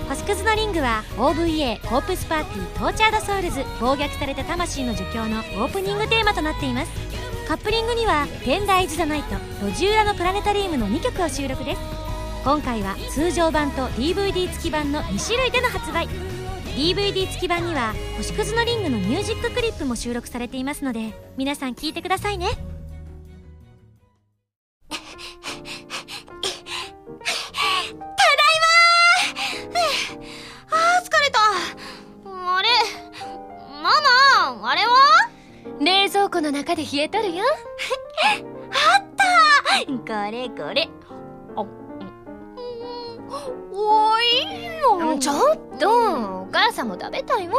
星屑のリングは OVA「コープスパーティートーチャードソウルズ暴虐された魂の儒教」のオープニングテーマとなっていますカップリングには「天台ズ・ザ・ナイト」「路地裏のプラネタリウム」の2曲を収録です今回は通常版と DVD 付き版の2種類での発売 DVD 付き版には「星屑のリング」のミュージッククリップも収録されていますので皆さん聴いてくださいね
あー疲れたあれママあれは
冷蔵庫の中で冷えとるよ
これこれ
おい
うんちょっとお母さんも食べたいもん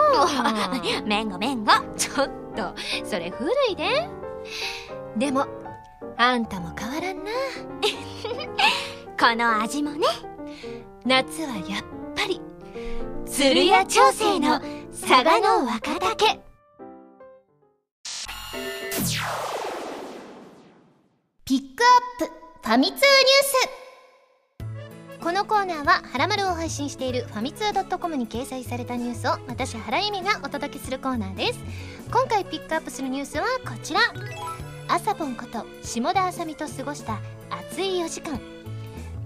めんごめんご
ちょっとそれ古いででもあんたも変わらんな
この味もね
夏はやっぱり
鶴屋調整の
佐賀の若竹
ピックアップファミ通ニュースこのコーナーは「はらまる」を配信しているファミツー .com に掲載されたニュースを私原由美がお届けするコーナーです今回ピックアップするニュースはこちらあさぽんこと下田あさみと過ごした熱い4時間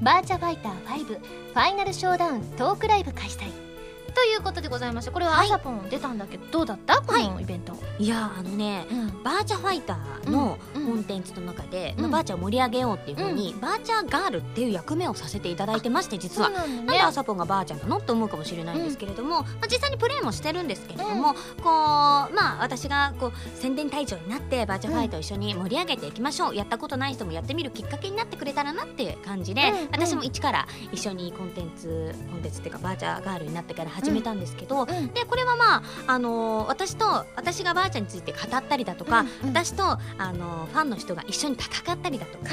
バーチャファイター5ファイナルショーダウントークライブ開催ということでございましてこれはあさぽん出たんだけど、どうだったこのイベント、
いやあのね
うん
バーチャファイターの
うん
コンテンツの中で、
うん
まあ、バーチャを盛り上げようっていうふうに、バーチャガールっていう役目をさせていただいてまして実は。
なん
なんであさぽんがばあちゃんなのって思うかもしれないんですけれども、まあ、実際にプレイもしてるんですけれども、こうまあ私がこう宣伝隊長になってバーチャファイトを一緒に盛り上げていきましょう、やったことない人もやってみるきっかけになってくれたらなっていう感じで、
うんうん
私も一から一緒にコンテンツコンテンツっていうかバーチャガールになってから始めたんですけど、
ん
でこれはまあ、あのー私と私がばあちゃんについて語ったりだとか、
うんうん
私と、あのーファンの人が一緒に戦ったりだとか、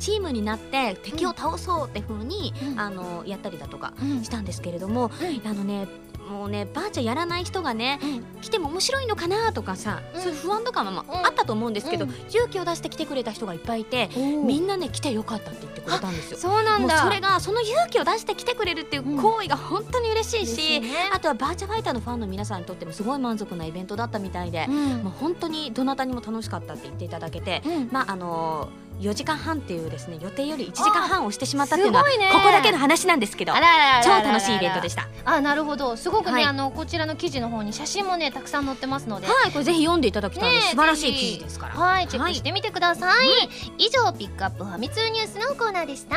チームになって敵を倒そうって風に、
うん
あのーやったりだとか
うん
したんですけれども、
う
あのねもうねばあちゃんやらない人がね、来ても面白いのかなとかさ、
うん
そういう不安とかもまあ
うん
あったと思うんですけど、
うん
勇気を出して来てくれた人がいっぱいいて、みんなね来てよかったって言ってくれたんですよ。
そうな
もうそれがその勇気を出して来てくれるっていう行為が本当に嬉しいし、あとはバーチャファイターのファンの皆さんにとってもすごい満足なイベントだったみたいで、もう本当にどなたにも楽しかったって言っていただけて、
うん
まああの4時間半っていうですね予定より1時間半をしてしまったっていうのは
あーすごいね
ここだけの話なんですけど
あらあらあらあ
超
らあら
楽しいイベントでした。
あなるほどすごくね、
はい
あのこちらの記事の方に写真もねたくさん載ってますのでは
はいこれぜひ読んでいただきたいで
ね
す
え
素晴らしい記事ですから。
いチェックしてみてください、以上ピックアップファミ通ニュースのコーナーでした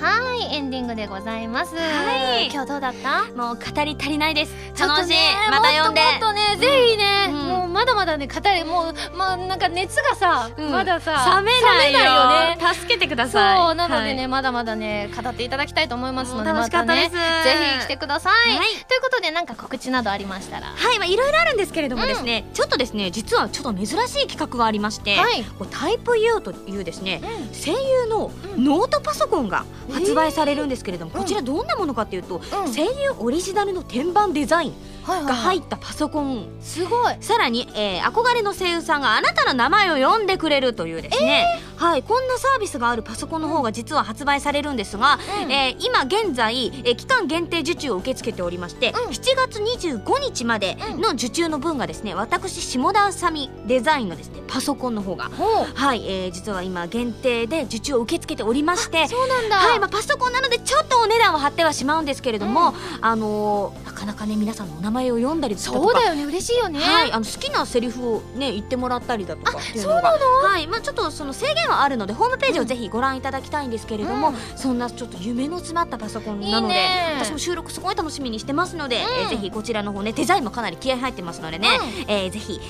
はいエンディングでございます、
はい
今日どうだった
もう語り足りないです。
ちょっと
楽しい、
ね
また読んで。
もっともっとねぜひね、
うん
もうまだまだね語りもうまあなんか熱がさ、
うん
まださ
冷めないよ
冷めないよね
助けてくだ
そう
さい。
なのでね、
はい
まだまだね語っていただきたいと思いますので
楽しかったです。
またね、ぜひ来てください、
はい
ということでなんか告知などありましたらは
はい、まあいろいろあるんですけれどもですね、ちょっとですね、実はちょっと珍しい企画がありまして、
い、
こうタイプ U というですね、
う
声優のノートパソコンが発売されるんですけれども、こちらどんなものかというと、
うん
声優オリジナルの天板デザイン
はい
が入
い
ったパソコン、
すごい
さらに、えー憧れの声優さんがあなたの名前を呼んでくれるというですね、はい、こんなサービスがあるパソコンの方が実は発売されるんですが、
うん
えー今現在、えー期間限定受注を受け付けておりまして、
うん
7月25日までの受注の分がですね私下田あさみデザインのですねパソコンの方が
ほう
はい、えー実は今限定で受注を受け付けておりまして
そうなんだ、
はいまあ、パソコンなのでちょっとお値段は張ってはしまうんですけれども、あのーなかなかね皆さんのお名前を読んだりだとか
そうだよね嬉しいよね、
はい、あの好きなセリフをね言ってもらったりだとかっていうのがはいまあ、ちょっとその制限はあるのでホームページをぜひご覧いただきたいんですけれども、
うん
そんなちょっと夢の詰まったパソコンなので
いいね
私も収録すごい楽しみにしてますので、えーぜひこちらの方ねデザインもかなり気合入ってますのでね、えーぜひぜ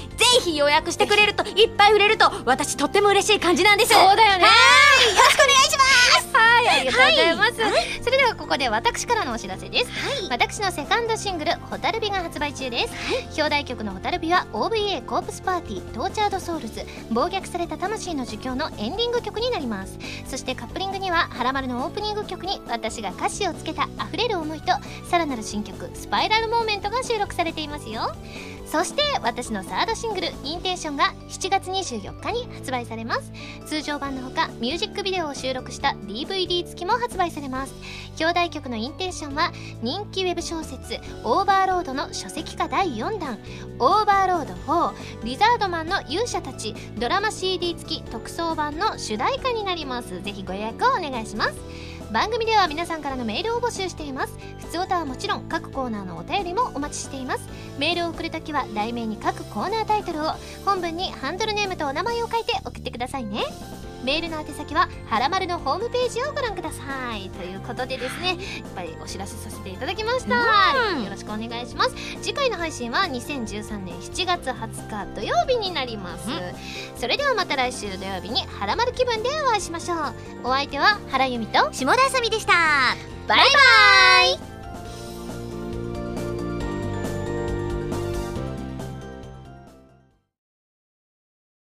ひ予約してくれるといっぱい売れると私とっても嬉しい感じなんです
そうだよね
はいよろしくお願いします
はい、ありがとうございます、それではここで私からのお知らせです、私のセカンドシングル「ホタルビが発売中です、表題曲の「ホタルビは OVA コープスパーティートーチャードソウルズ暴虐された魂の儒教のエンディング曲になりますそしてカップリングには「はらまる」のオープニング曲に私が歌詞をつけたあふれる思いとさらなる新曲「スパイラルモーメント」が収録されていますよそして私のサードシングル「インテンション」が7月24日に発売されます通常版のほかミュージックビデオを収録した DVD 付きも発売されます表題題曲のインテンションは人気ウェブ小説「オーバーロード」の書籍化第4弾「オーバーロード4リザードマンの勇者たち」ドラマ CD 付き特装版の主題歌になりますぜひご予約をお願いします番組では皆さんからのメールを募集しています普通歌はもちろん各コーナーのお便りもお待ちしていますメールを送るときは題名に各コーナータイトルを本文にハンドルネームとお名前を書いて送ってくださいねメールの宛先は「はらまる」のホームページをご覧くださいということでですねいっぱいお知らせさせていただきましたよろしくお願いします次回の配信は2013年7月20日土曜日になりますそれではまた来週土曜日に「はらまる」気分でお会いしましょうお相手は原由美と
下田あさみでした
バイバイ